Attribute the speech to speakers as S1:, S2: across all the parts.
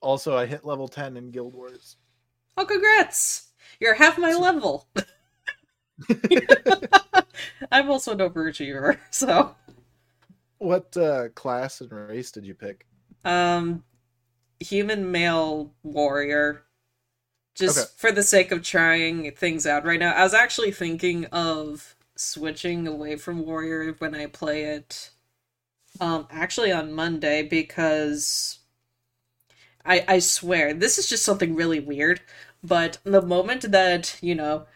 S1: Also, I hit level 10 in Guild Wars.
S2: Oh, congrats! You're half my level. I'm also an overachiever, so
S1: What uh, class and race did you pick?
S2: um, human male warrior. Just
S1: Okay.
S2: for the sake of trying things out right now, I was actually thinking of switching away from warrior when I play it. Um, actually on Monday because I I swear this is just something really weird. But the moment that you know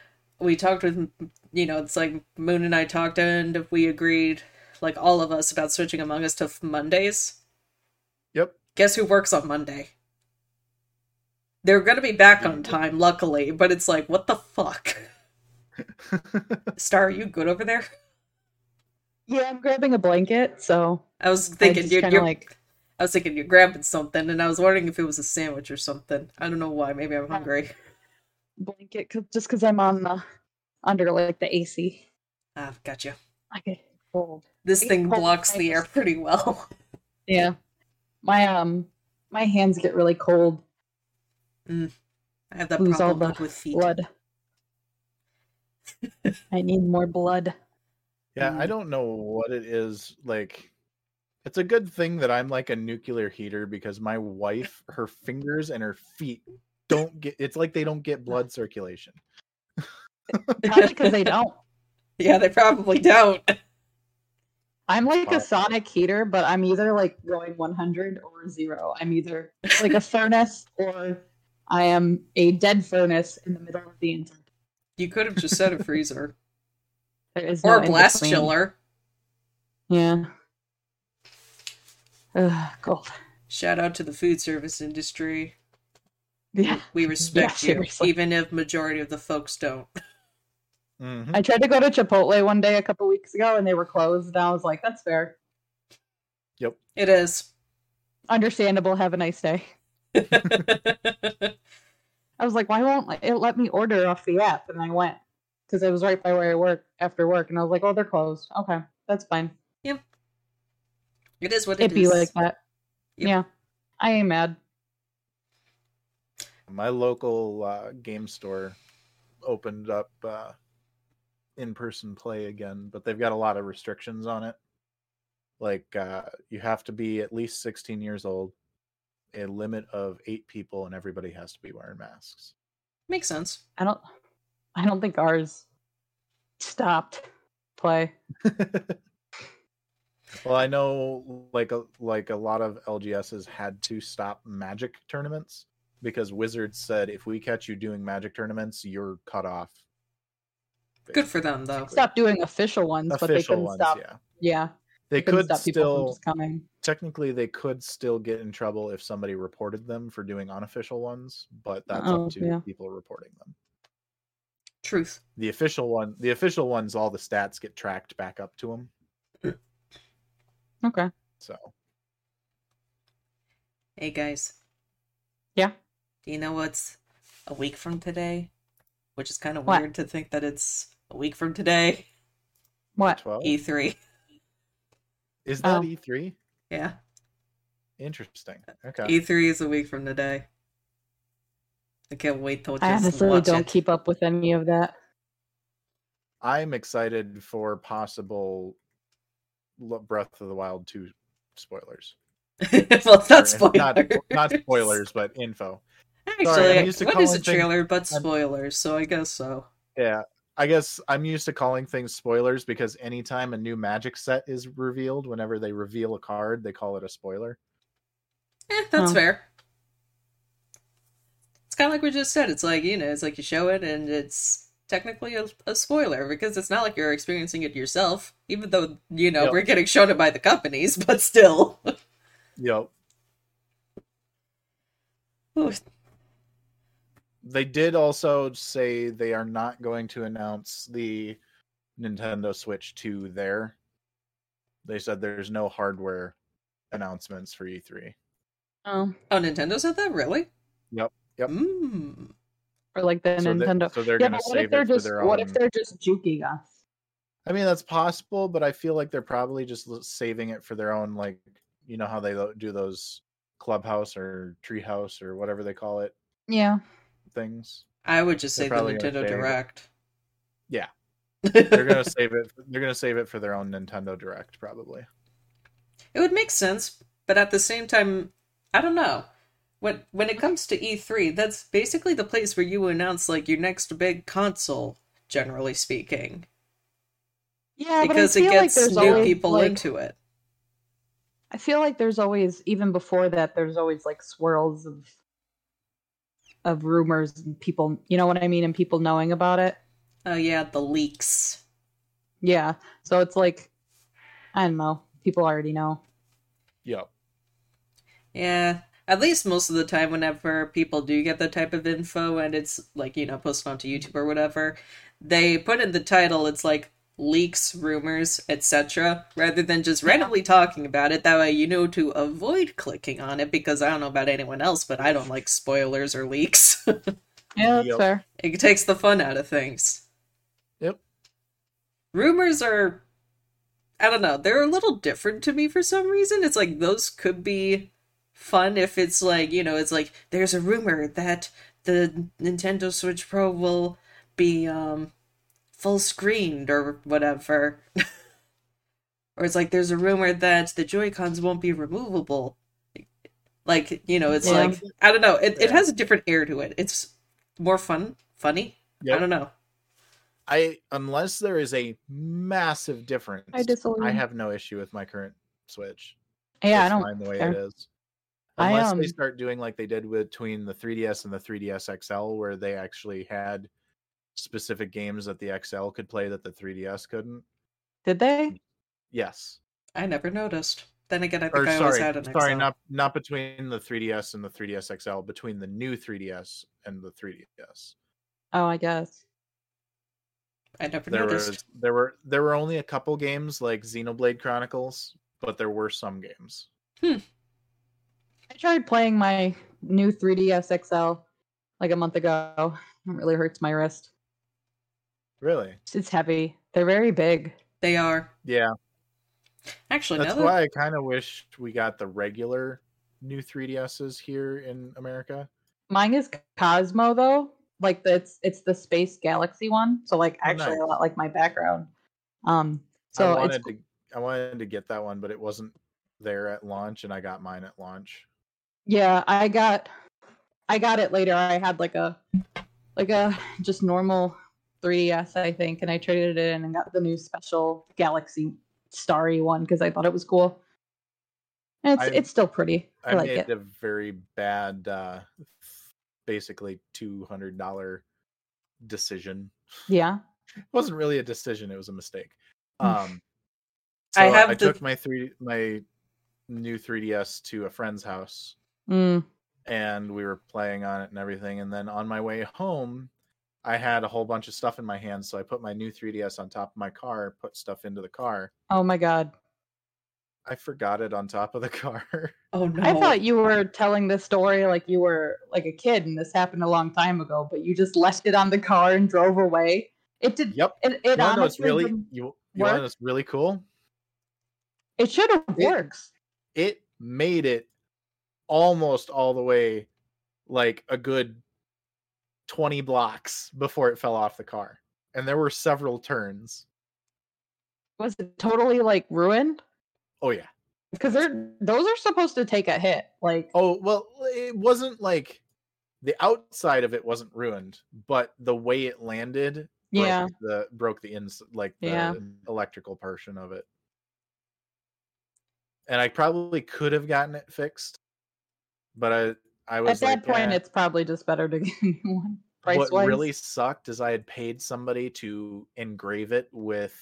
S2: we talked with you know it's like Moon and I talked and we agreed like all of us about switching Among Us to f- Mondays.
S1: Yep.
S2: Guess who works on Monday? They're gonna be back on time, luckily, but it's like, what the fuck? Star, are you good over there?
S3: Yeah, I'm grabbing a blanket, so
S2: I was
S3: I
S2: thinking
S3: just
S2: you,
S3: kind of
S2: you're.
S3: like
S2: I was thinking you're grabbing something, and I was wondering if it was a sandwich or something. I don't know why. Maybe I'm hungry.
S3: blanket 'cause- just because I'm on the under like the AC.
S2: Ah, gotcha.
S3: I get cold.
S2: This
S3: I get
S2: thing
S3: cold
S2: blocks the air
S3: fingers.
S2: pretty well.
S3: Yeah, my um my hands get really cold.
S2: I have that
S3: Lose all
S2: problem
S3: the
S2: with feet.
S3: Blood. I need more blood.
S1: Yeah, I
S2: Mm.
S1: don't know what it is. Like, it's a good thing that I'm like a nuclear heater because my wife, her fingers and her feet don't get. It's like they don't get blood circulation.
S3: Probably because they don't.
S2: Yeah, they probably don't.
S3: I'm like
S1: Wow.
S3: a sonic heater, but I'm either like going 100 or zero. I'm either like a furnace or I am a dead furnace in the middle of the internet.
S2: You could have just said a freezer
S3: There is
S2: or
S3: no
S2: a blast
S3: in-between.
S2: chiller.
S3: Yeah. Ugh, cold.
S2: Shout out to the food service industry.
S3: Yeah.
S2: We respect you,
S3: seriously.
S2: even if majority of the folks don't.
S1: Mhm.
S3: I tried to go to Chipotle one day a couple weeks ago and they were closed. And I was like, that's fair.
S2: It is.
S3: Understandable. Have a nice day.
S2: oh,
S3: I was like, why won't it let me order off the app? And I went because it was right by where I work after work. And I was like, oh, they're closed. Okay. That's fine.
S2: it is what
S3: It'd
S2: it
S3: be
S2: is.
S3: like that.
S2: Yep.
S3: Yeah. I ain't mad.
S1: My local uh, game store opened up uh, in-person play again, but they've got a lot of restrictions on it. Like, uh, you have to be at least 16 years old, a limit of eight people, and everybody has to be wearing masks.
S2: Makes sense.
S3: I don't I don't think ours stopped play.
S1: Well, I know like a like a lot of LGSs had to stop magic tournaments because Wizards said if we catch you doing magic tournaments, you're cut off.
S2: Good for them, though.
S3: Stopped doing official ones, but they
S1: Official
S3: couldn't
S1: ones,
S3: stop.
S1: yeah.
S3: Yeah.
S1: They
S3: couldn't
S1: could
S3: stop people from
S1: still
S3: just coming.
S1: technically they could still get in trouble if somebody reported them for doing unofficial ones, but that's
S3: Oh,
S1: up to
S3: yeah.
S1: people reporting them.
S2: Truth.
S1: The official one, the official ones, all the stats get tracked back up to them.
S3: Okay.
S1: So
S2: Hey, guys.
S3: Yeah?
S2: Do you know what's a week from today? Which is kind of
S3: What?
S2: weird to think that it's a week from today. E
S3: What?
S1: E
S3: E
S1: twelve
S2: E3.
S1: is that
S3: Oh.
S1: E three?
S2: Yeah.
S1: Interesting. Okay.
S3: E
S2: E3 is a week from today. I can't wait till just
S3: I honestly
S2: watch
S3: don't
S2: it.
S3: keep up with any of that.
S1: I'm excited for possible Lo- Breath of the Wild 2 spoilers.
S2: well, it's not
S1: Or
S2: spoilers.
S1: in- Not, not spoilers, but info.
S2: Actually,
S1: Sorry, I'm
S2: I-
S1: used to
S2: what is a
S1: calling things-
S2: trailer but
S1: I'm-
S2: spoilers? So I guess so.
S1: Yeah. I guess I'm used to calling things spoilers because anytime a new magic set is revealed, whenever they reveal a card, they call it a spoiler.
S2: Eh, that's
S3: Oh.
S2: fair. It's kind of like we just said. It's like, you know, it's like you show it and it's technically a, a spoiler because it's not like you're experiencing it yourself, even though, you know,
S1: Yep.
S2: we're getting shown it by the companies, but still.
S1: Yep.
S2: Ooh,
S1: They did also say they are not going to announce the Nintendo Switch 2 there. They said there's no hardware announcements for E E3.
S3: Oh.
S2: oh, Nintendo said that? Really?
S1: Yep, yep.
S2: Mm.
S3: Or like the
S1: So they-
S3: Nintendo.
S1: so they're
S3: yeah,
S1: going
S3: but
S1: to
S3: what if
S1: save
S3: they're
S1: it for
S3: just
S1: their own.
S3: what if they're just juking us?
S1: I mean, that's possible, but I feel like they're probably just l- saving it for their own, like, you know, how they lo- do those clubhouse or treehouse or whatever they call it
S3: Yeah.
S1: things.
S2: I would just say
S1: They're
S2: the
S1: probably gonna
S2: Nintendo
S1: say-
S2: Direct.
S1: Yeah. They're gonna save it. They're gonna save it for their own Nintendo Direct, probably.
S2: It would make sense, but at the same time, I don't know. When when it comes to E3, that's basically the place where you announce like your next big console, generally speaking,
S3: Yeah,
S2: because
S3: but I
S2: it
S3: feel
S2: gets
S3: like there's
S2: new
S3: always,
S2: people
S3: like,
S2: into it.
S3: I feel like there's always even before that there's always like swirls of of rumors and people, you know what I mean, and people knowing about it.
S2: Oh yeah, the leaks.
S3: Yeah. So it's like I don't know. People already know.
S1: Yep.
S2: Yeah. At least most of the time, whenever people do get that type of info and it's like, you know, posted onto YouTube or whatever, they put in the title, it's like leaks, rumors, etc., rather than just randomly talking about it. That way you know to avoid clicking on it because I don't know about anyone else, but I don't like spoilers or leaks.
S3: Yeah, that's
S1: Yep.
S3: fair.
S2: it takes the fun out of things.
S1: Yep.
S2: Rumors are, I don't know, they're a little different to me for some reason. It's like those could be fun if it's like, you know, it's like there's a rumor that the Nintendo Switch Pro will be um full screened or whatever. or it's like there's a rumor that the Joy-Cons won't be removable. Like, you know, it's
S3: Yeah.
S2: like I don't know. It, it
S1: Yeah.
S2: has a different air to it. It's more fun, funny. I
S1: Yep.
S2: don't know.
S1: I unless there is a massive difference,
S3: I disagree.
S1: I have no issue with my current Switch.
S3: yeah, I
S1: It's
S3: don't
S1: fine the way it
S3: care.
S1: is.
S3: I,
S1: Unless
S3: um,
S1: they start doing like they did between the 3DS and the 3DS XL, where they actually had specific games that the XL could play that the 3DS couldn't.
S3: Did they?
S1: Yes.
S2: I never noticed. Then again, I think
S1: Or
S2: I always
S1: sorry,
S2: had an
S1: sorry,
S2: Excel.
S1: not not between the 3DS and the 3DS XL, between the new 3DS and the 3DS.
S3: Oh, I guess.
S2: I never
S1: There
S2: noticed.
S1: was there were there were only a couple games like Xenoblade Chronicles, but there were some games.
S3: I tried playing my new 3DS XL like a month ago. It really hurts my wrist.
S1: Really?
S3: It's heavy. They're very big.
S2: They are
S1: Yeah.
S2: actually
S1: That's
S2: another.
S1: why I kind of wish we got the regular new 3DSs here in America.
S3: Mine is Cosmo though. Like the, it's it's the space galaxy one. So like
S1: Oh,
S3: actually a
S1: nice.
S3: lot like my background. Um
S1: I
S3: so it's
S1: wanted to I wanted to get that one, but it wasn't there at launch, and I got mine at launch.
S3: yeah, I got I got it later. I had like a like a just normal 3DS I think and I traded it in and got the new special galaxy starry one cuz I thought it was cool. And it's
S1: I-
S3: it's still pretty. I,
S1: I
S3: like
S1: made
S3: it.
S1: a very bad, uh, basically two hundred dollar decision.
S3: Yeah.
S1: It wasn't really a decision; it was a mistake.
S3: Mm.
S1: Um,
S2: I
S1: so
S2: have
S1: I
S2: the-
S1: took my three my new 3ds to a friend's house,
S3: Mm.
S1: and we were playing on it and everything. And then on my way home, I had a whole bunch of stuff in my hands, so I put my new 3ds on top of my car, put stuff into the car.
S3: Oh my god.
S1: I forgot it on top of the car.
S2: Oh no!
S3: I thought you were telling this story like you were like a kid and this happened a long time ago, but you just left it on the car and drove away. It did.
S1: Yep.
S3: It, it
S1: You wanna know what's
S3: honestly,
S1: really
S3: didn't-
S1: you, you want
S3: work?
S1: what's really cool?
S3: it should have worked.
S1: It made it almost all the way like a good 20 blocks before it fell off the car. And there were several turns.
S3: Was it totally like ruined?
S1: Oh yeah.
S3: Because they're those are supposed to take a hit. Like
S1: Oh well, it wasn't like the outside of it wasn't ruined, but the way it landed broke
S3: yeah,
S1: the broke the ins like the
S3: Yeah.
S1: electrical portion of it. And I probably could have gotten it fixed, but I I was
S3: at that
S1: like,
S3: point,
S1: "Eh."
S3: it's probably just better to get a new one. Price
S1: what
S3: wise,
S1: really sucked is I had paid somebody to engrave it with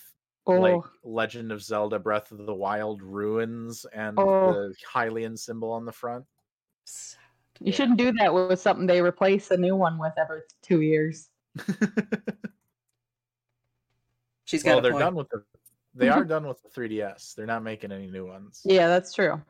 S3: oh,
S1: like Legend of Zelda Breath of the Wild ruins and
S3: Oh.
S1: the Hylian symbol on the front.
S3: you
S1: yeah.
S3: shouldn't do that with something they replace a new one with every two years.
S2: She's got
S1: well,
S2: a
S1: they're
S2: point.
S1: done with the they are done with the 3DS. They're not making any new ones.
S3: Yeah, that's true.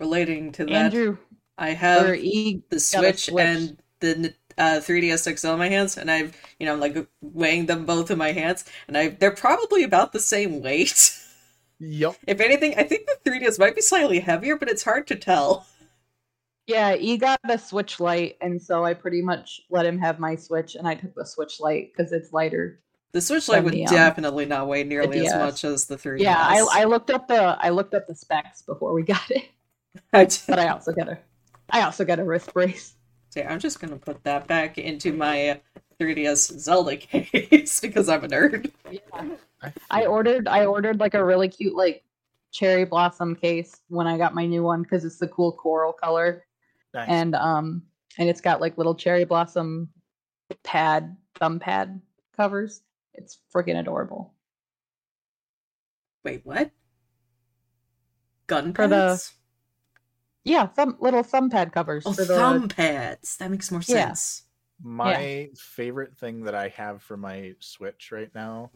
S2: Relating to that,
S3: Andrew
S2: I
S3: or
S2: have
S3: E
S2: the
S3: got a
S2: Switch,
S3: Switch.
S2: and the uh, 3DS XL in my hands, and I've you know like weighing them both in my hands, and I they're probably about the same weight.
S1: Yep.
S2: If anything, I think the 3DS might be slightly heavier, but it's hard to tell.
S3: Yeah, he got the Switch Lite, and so I pretty much let him have my Switch, and I took the Switch Lite because it's lighter.
S2: The Switch Lite would
S3: From the, um,
S2: definitely not weigh nearly as
S3: DS.
S2: much as the 3DS.
S3: Yeah, I, I looked up the I looked up the specs before we got it,
S2: I did-
S3: but I also got a I also got a wrist brace.
S2: So I'm just gonna put that back into my uh, 3DS Zelda case because I'm a nerd.
S3: Yeah. I
S1: feel-
S3: ordered I ordered like a really cute like cherry blossom case when I got my new one because it's the cool coral color
S1: Nice.
S3: and um and it's got like little cherry blossom pad thumb pad covers. It's freaking adorable.
S2: Wait, what? Gun
S3: For the-
S2: pads?
S3: Yeah, thumb little thumb pad covers
S2: Oh,
S3: for the
S2: thumb pads. That makes more
S3: Yeah.
S2: sense.
S1: my favorite thing that I have for my Switch right now,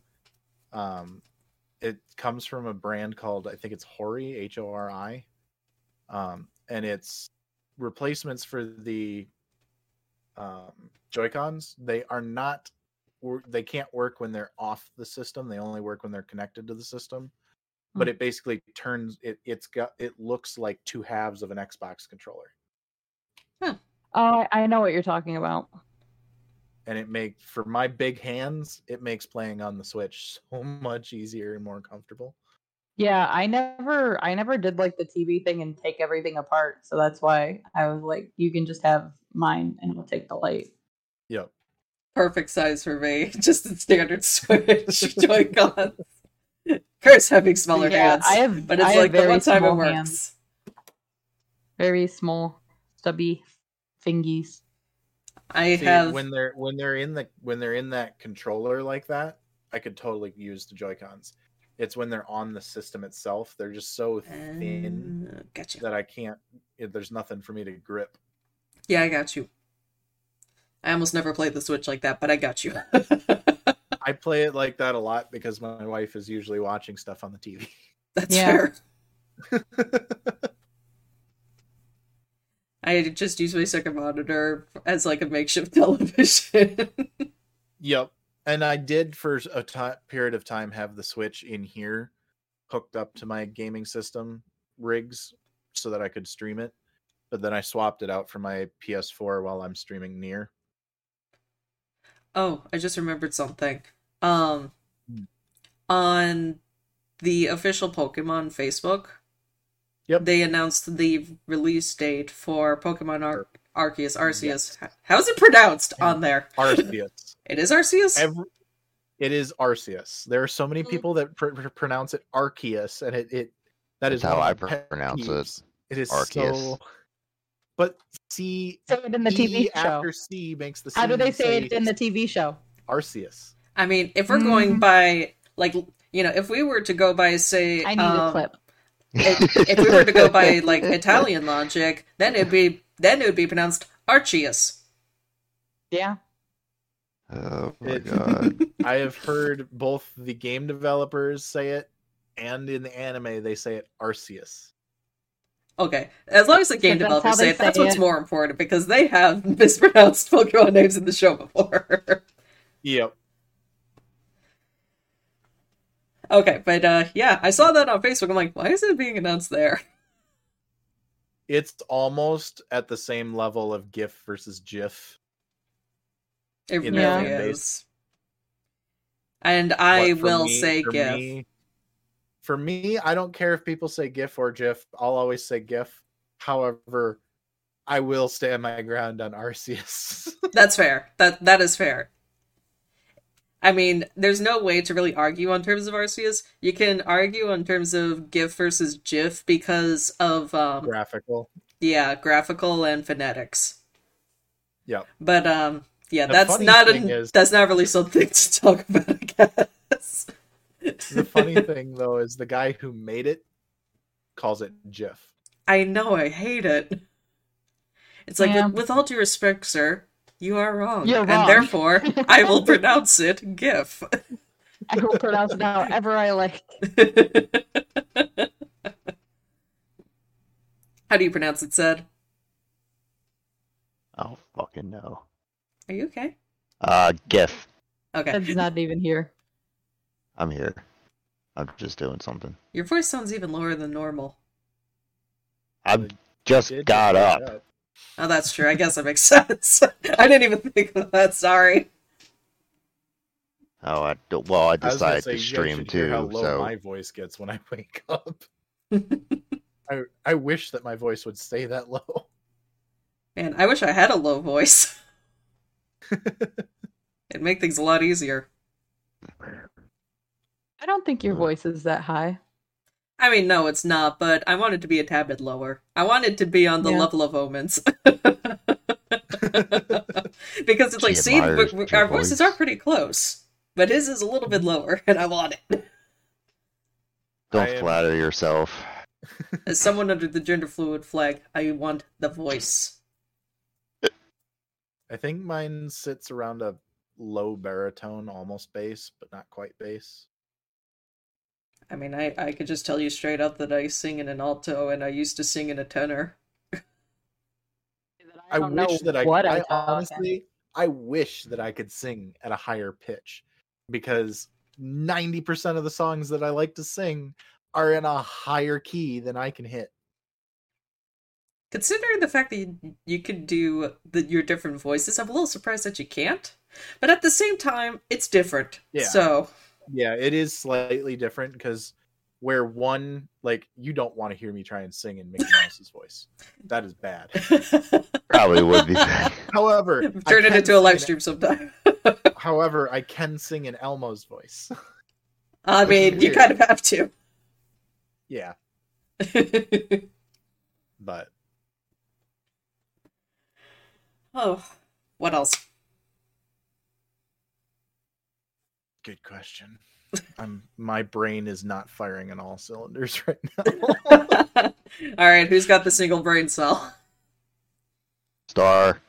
S1: um, it comes from a brand called I think it's Hori H O R I, um, and it's replacements for the um, Joy Cons. They are not, wor- they can't work when they're off the system. They only work when they're connected to the system. But
S3: Hmm.
S1: it basically turns it. It's got. It looks like two halves of an Xbox controller.
S3: Oh, I, I know what you're talking about.
S1: and it make for my big hands it makes playing on the switch so much easier and more comfortable
S3: Yeah, I never I never did like the TV thing and take everything apart. So that's why I was like you can just have mine and we'll take the light.
S1: yep
S2: Perfect size for me. Just in standard Switch Joy Cons. Curse having smaller
S3: Yeah,
S2: hands.
S3: I have-
S2: but it's
S3: I have
S2: like the
S3: very
S2: one time it
S3: small
S2: works.
S3: hands. Very small stubby fingies.
S2: I
S1: See,
S2: have
S1: when they're when they're in the when they're in that controller like that i could totally use the joy cons it's when they're on the system itself they're just so thin
S2: Uh, gotcha.
S1: that i can't it, there's nothing for me to grip
S2: Yeah, I got you. I almost never played the Switch like that, but I got you.
S1: i play it like that a lot because my wife is usually watching stuff on the tv
S2: That's
S3: Yeah.
S2: fair. I just use my second monitor as like a makeshift television.
S1: Yep. And I did for a ti period of time have the Switch in here hooked up to my gaming system rigs so that I could stream it. But then I swapped it out for my PS4 while I'm streaming near.
S2: oh, I just remembered something. Um,
S1: Hmm.
S2: on the official Pokemon Facebook,
S1: Yep.
S2: they announced the release date for Pokemon Ar- Arceus Arceus. How's it pronounced
S1: Yeah.
S2: on there?
S1: Arceus.
S2: It is Arceus.
S1: Every, it is Arceus. There are so many
S4: Mm.
S1: people that pr- pr- pronounce it Arceus, and it, it that is
S4: That's how
S1: one
S4: I
S1: of my pet
S4: pronounce it.
S1: peeves. It is
S4: Arceus.
S1: so. But C
S3: Say it in the
S1: E
S3: TV show.
S1: after C makes the.
S3: How do
S1: C
S3: they say it in the TV show?
S1: Arceus?
S2: I mean, if we're
S3: Mhm.
S2: going by like you know, if we were to go by say,
S3: I need a
S2: um,
S3: clip.
S2: if, if we were to go by like Italian logic, then it'd be then it would be pronounced Arceus.
S3: Yeah.
S4: Oh my
S1: It-
S4: god.
S1: I have heard both the game developers say it and in the anime they say it Arceus.
S2: Okay, as long as the game
S3: But that's
S2: developers
S3: how
S2: say
S3: they
S2: it, that's
S3: say
S2: what's
S3: it.
S2: more important because they have mispronounced Pokemon names in the show before.
S1: Yep.
S2: okay, but uh, yeah, I saw that on Facebook. I'm like, why is it being announced there?
S1: It's almost at the same level of GIF versus GIF.
S2: It
S1: In
S3: their
S2: really
S1: fan base.
S2: is. And I
S1: but for
S2: will
S1: me-
S2: say
S1: for
S2: GIF.
S1: me- for me, I don't care if people say GIF or GIF. I'll always say GIF. However, I will stand my ground on Arceus.
S2: That's fair. That that is fair. I mean, there's no way to really argue on terms of Arceus. You can argue on terms of GIF versus GIF because of um
S1: Graphical.
S2: yeah, graphical and phonetics.
S1: Yep.
S2: But um yeah,
S1: The
S2: that's
S1: funny
S2: not
S1: thing
S2: a,
S1: is-
S2: that's not really something to talk about, I guess.
S1: The funny thing though is the guy who made it calls it GIF.
S2: I know, I hate it. It's like
S3: Yeah.
S2: with, with all due respect, sir, you are wrong.
S3: You're
S2: And
S3: wrong.
S2: therefore, I will pronounce it GIF.
S3: I will pronounce it however I like.
S2: How do you pronounce it, said?
S4: I don't fucking know.
S2: Are you okay?
S4: Uh, GIF.
S2: Okay.
S3: That's not even here.
S4: I'm here. I'm just doing something.
S2: Your voice sounds even lower than normal.
S4: I've
S1: Good.
S4: just
S1: Did
S4: got
S1: you
S4: up.
S1: wake
S2: Oh, that's true. I guess that makes sense. I didn't even think of that. Sorry.
S4: Oh, I d- well, I
S1: I was
S4: decided
S1: gonna
S4: to
S1: say, you guys
S4: stream
S1: should hear How
S4: too,
S1: low
S4: so
S1: my voice gets when I wake up. I I wish that my voice would stay that low.
S2: Man, I wish I had a low voice. It'd make things a lot easier.
S3: I don't think your
S4: Mm.
S3: voice is that high.
S2: I mean, no, it's not, but I wanted to be a tad bit lower. I wanted to be on the
S3: Yeah.
S2: level of omens. because it's like,
S4: She
S2: see, w-
S4: admires
S2: w-
S4: your
S2: our voices
S4: voice.
S2: are pretty close, but his is a little bit lower, and I want it.
S4: don't
S1: I am-
S4: flatter yourself.
S2: As someone under the gender fluid flag, I want the voice.
S1: I think mine sits around a low baritone, almost bass, but not quite bass.
S2: I mean, I, I could just tell you straight up that I sing in an alto and I used to sing in a tenor.
S1: I,
S3: don't know
S1: wish that I,
S3: what
S1: I,
S3: I'm talking.
S1: honestly I wish that I could sing at a higher pitch because 90% of the songs that I like to sing are in a higher key than I can hit.
S2: Considering the fact that you, you could do the, your different voices, I'm a little surprised that you can't. But at the same time, it's different.
S1: Yeah.
S2: So,
S1: Yeah, it is slightly different because where one like you don't want to hear me try and sing in Mickey Mouse's voice. That is bad.
S4: Probably would be.
S1: However, I
S2: Turn it
S1: can
S2: into a live
S1: sing
S2: stream sometime.
S1: in- however, I can sing in Elmo's voice.
S2: I
S1: Which is
S2: mean, you
S1: weird.
S2: kind of have to.
S1: yeah, but
S2: oh, what else?
S1: Good question. I'm my brain is not firing on all cylinders right now.
S2: All right, who's got the single brain cell?
S4: Star.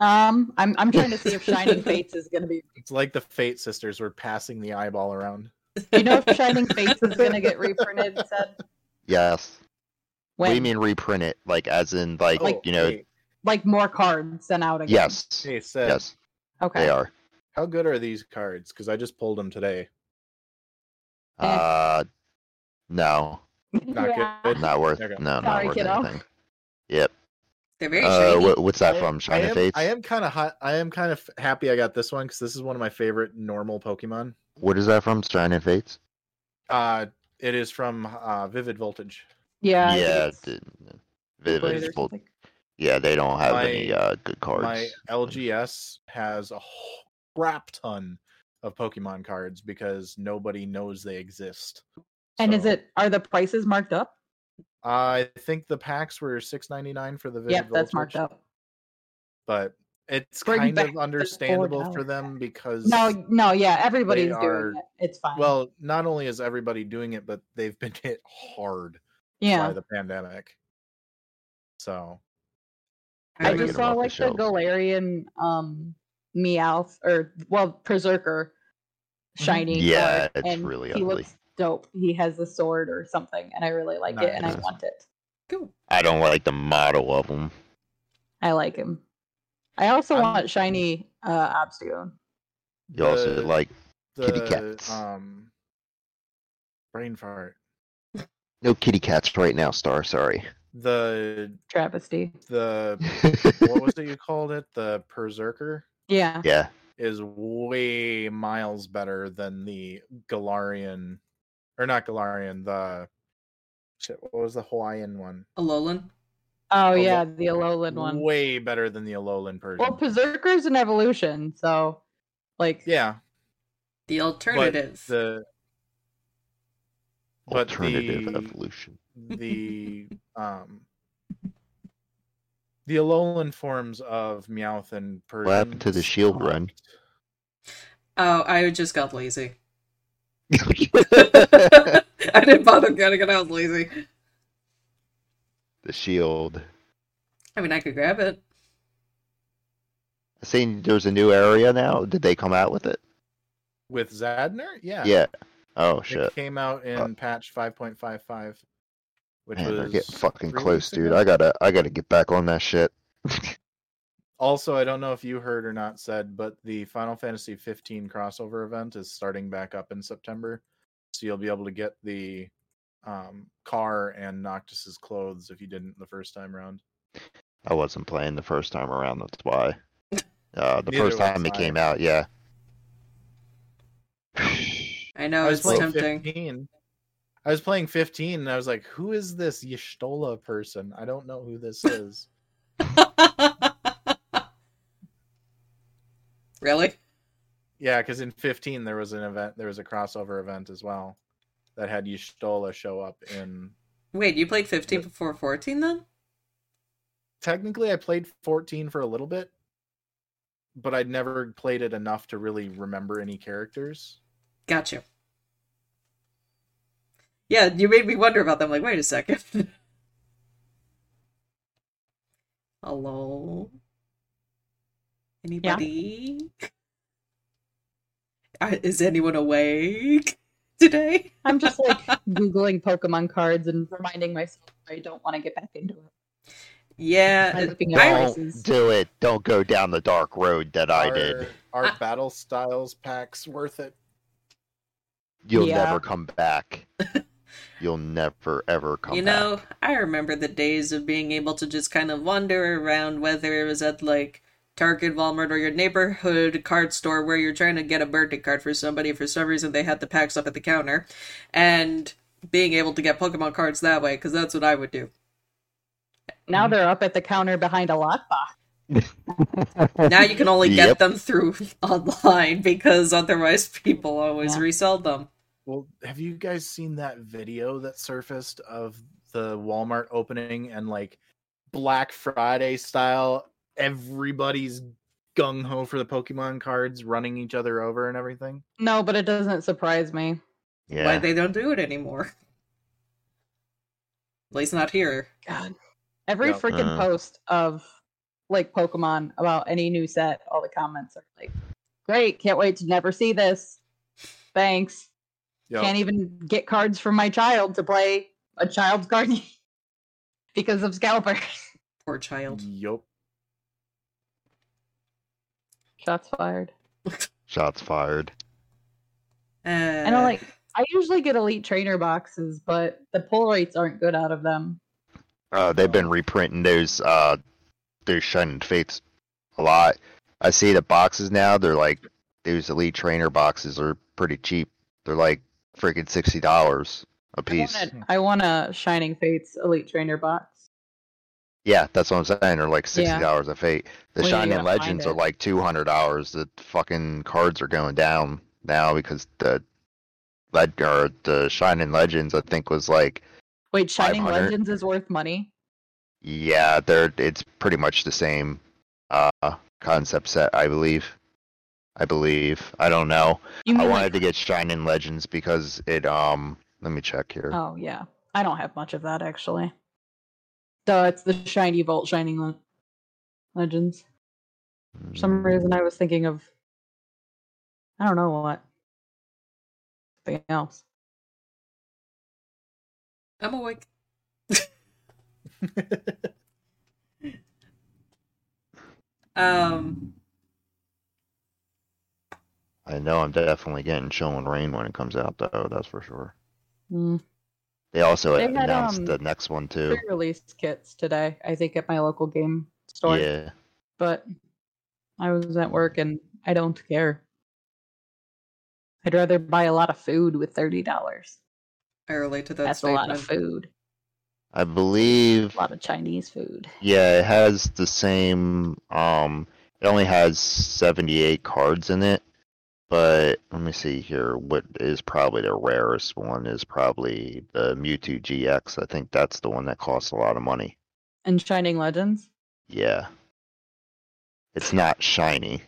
S3: Um, I'm I'm trying to see if Shining Fates is gonna be.
S1: it's like the Fate sisters were passing the eyeball around.
S3: Do you know if Shining Fates is gonna get reprinted? Said
S4: Yes.
S3: when
S4: What do you mean reprint it? Like as in like
S1: Oh,
S4: you know?
S1: hey,
S3: like more cards sent out again.
S4: Yes.
S1: hey, Seb,
S4: Yes.
S3: Okay.
S4: They are.
S1: how good are these cards? Because I just pulled them today.
S3: Eh.
S4: Uh, no,
S1: Not
S3: Yeah.
S1: good.
S4: not worth.
S1: Okay.
S4: No, not
S3: Sorry,
S4: worth
S3: kiddo.
S4: anything. Yep.
S2: They're very
S4: Uh,
S2: shiny.
S4: what, what's that
S1: I-
S4: from?
S1: I
S4: Shining
S1: am,
S4: Fates.
S1: I am kind of hot. I am kind of happy I got this one because this is one of my favorite normal Pokemon.
S4: What is that from? Shining Fates.
S1: Uh, it is from uh, Vivid Voltage.
S3: Yeah. I think
S4: yeah.
S3: it's
S4: Did,
S3: Blade or
S4: Vivid,
S3: something.
S4: yeah, they don't have
S1: My-
S4: any uh, good cards.
S1: My LGS has a wh- crap ton of Pokemon cards because nobody knows they exist.
S3: And is
S1: So-
S3: it are the prices marked up?
S1: I think the packs were six ninety nine for the vivid
S3: Yep, that's marked
S1: voltage,
S3: up.
S1: but it's
S3: Bring
S1: kind
S3: back
S1: of
S3: the
S1: understandable for
S3: $4
S1: them because
S3: No, no, yeah, everybody's
S1: are-
S3: doing it. It's fine.
S1: well, not only is everybody doing it, but they've been hit hard by
S3: yeah,
S1: the pandemic. So
S4: Gotta
S3: I
S4: get
S3: just
S4: 'em
S3: saw
S4: off the
S3: like the,
S4: shelves.
S3: Galarian um Meowth or well Berserker shiny.
S4: Yeah,
S3: card,
S4: it's
S3: and
S4: really
S3: he
S4: ugly.
S3: Looks dope. He has the sword or something, and I really like it, and I
S4: Nice.
S3: want it.
S2: Cool.
S4: I don't like the model of them.
S3: I like him. I also
S1: I'm-
S3: want shiny uh Obstagoon.
S4: You also
S1: The-
S4: like Kitty
S1: the
S4: cats.
S1: um brain fart
S4: no kitty cats right now, Star. Sorry.
S1: the
S3: Travesty.
S1: the what was it you called it the berserker
S3: Yeah.
S4: yeah,
S1: is way miles better than the Galarian, or not Galarian. The shit, what was the Hawaiian one?
S2: Alolan.
S3: Oh
S1: lo-
S3: yeah, the Alolan one.
S1: Way better than the Alolan Persian.
S3: Well, Berserker's an evolution, so like
S1: yeah,
S2: The
S1: but
S2: alternative.
S1: the But
S4: alternative
S1: the-
S4: evolution.
S1: the um the Alolan forms of Meowth and Persian.
S4: What happened to the shield
S1: sucked.
S4: run?
S2: Oh, I just got lazy.
S4: the
S2: I didn't bother getting it. I was lazy.
S4: shield.
S2: I mean, I could grab it.
S4: I seen there's a new area now. Did they come out with it?
S1: with Zadner? Yeah,
S4: Yeah. Oh
S1: It
S4: shit.
S1: came out in
S4: Uh,
S1: patch five point five five, which
S4: Man,
S1: was
S4: they're getting fucking
S1: three
S4: close,
S1: weeks
S4: dude.
S1: ago?
S4: I gotta I gotta get back on that shit.
S1: Also, I don't know if you heard or not said, but the Final Fantasy 15 crossover event is starting back up in September. so you'll be able to get the um, car and Noctis's clothes if you didn't the first time round.
S4: I wasn't playing the first time around. That's why. Uh, the
S1: Neither
S4: first
S1: was
S4: time it
S1: I.
S4: came out, yeah.
S2: I know
S1: I was
S2: it's
S1: playing
S2: tempting.
S1: 15. I was playing 15 and I was like, who is this Yishtola person? I don't know who this is.
S2: really?
S1: yeah, because in 15 there was an event, there was a crossover event as well that had Yishtola show up in.
S2: Wait, you played 15 before 14 then?
S1: Technically, I played 14 for a little bit, but I'd never played it enough to really remember any characters.
S2: Gotcha. Yeah, you made me wonder about them. Like, wait a second. Hello? Anybody? Are- Is anyone awake today?
S3: I'm just like googling Pokemon cards and reminding myself I don't want to get back into it.
S2: Yeah,
S3: By looking at
S2: I-
S4: Uh, Don't
S3: prices.
S4: do it. Don't go down the dark road that I
S1: Are-
S4: did.
S1: Are
S2: I-
S1: battle styles packs worth it?
S4: You'll
S3: Yeah.
S4: never come back. You'll never ever come
S2: you
S4: back.
S2: know, I remember the days of being able to just kind of wander around, whether it was at like Target, Walmart, or your neighborhood card store where you're trying to get a birthday card for somebody. For some reason, they had the packs up at the counter, and being able to get Pokemon cards that way, because that's what I would do.
S3: Now they're up at the counter behind a lockbox.
S2: Now you can only get
S4: Yep.
S2: them through online because otherwise people always
S3: Yeah.
S2: resell them.
S1: Well, have you guys seen that video that surfaced of the Walmart opening and like Black Friday style? Everybody's gung ho for the Pokemon cards, running each other over and everything.
S3: No, but it doesn't surprise me.
S4: yeah.
S2: Why they don't do it anymore. At least not here.
S3: God. Every
S1: Yep.
S3: freaking
S4: Uh.
S3: post of like Pokemon about any new set, all the comments are like, great, can't wait to never see this. Thanks.
S1: Yo,
S3: Can't even get cards for my child to play a child's card game because of Scalper.
S2: Poor child.
S1: yup.
S3: Shots fired.
S4: Shots fired.
S2: I
S3: I don't like. I usually get Elite Trainer boxes, but the pull rates aren't good out of them.
S4: Uh, they've been reprinting those uh those Shining Faiths a lot. I see the boxes now. They're like those elite trainer boxes are pretty cheap. They're like freaking sixty dollars
S3: I
S4: a
S3: want
S4: piece.
S3: a- I want a Shining Fates Elite Trainer box.
S4: Yeah, that's what I'm saying. They're like sixty dollars a fate. The
S3: Well, yeah, you
S4: Shining
S3: gotta find
S4: Legends are
S3: it.
S4: like two hundred dollars. The fucking cards are going down now because the leg or the Shining Legends I think was like
S3: Wait, Shining
S4: 500.
S3: Legends is worth money.
S4: yeah, they're it's pretty much the same uh concept set, I believe. I believe. I don't know.
S3: You
S4: I
S3: mean
S4: wanted
S3: like,
S4: to get Shining Legends because it um let me check here.
S3: Oh yeah, I don't have much of that actually. Duh, it's the shiny Volt Shining Le- Legends. For
S4: Hmm.
S3: some reason, I was thinking of. I don't know what. Something else.
S2: I'm awake. um,
S4: I know I'm definitely getting Chill and Rain when it comes out though, that's for sure.
S3: Mm.
S4: They also
S3: They had,
S4: announced
S3: um,
S4: the next one too.
S3: Pre-release kits today, I think, at my local game store.
S4: Yeah.
S3: but I was at work and I don't care. I'd rather buy a lot of food with thirty dollars.
S2: I relate to that
S3: That's a
S2: statement.
S3: lot of food.
S4: I believe
S3: A lot of Chinese food.
S4: yeah, it has the same um it only has 78 cards in it. But let me see here. What is probably the rarest one is probably the Mewtwo GX. I think that's the one that costs a lot of money.
S3: And Shining Legends.
S4: Yeah. It's not shiny.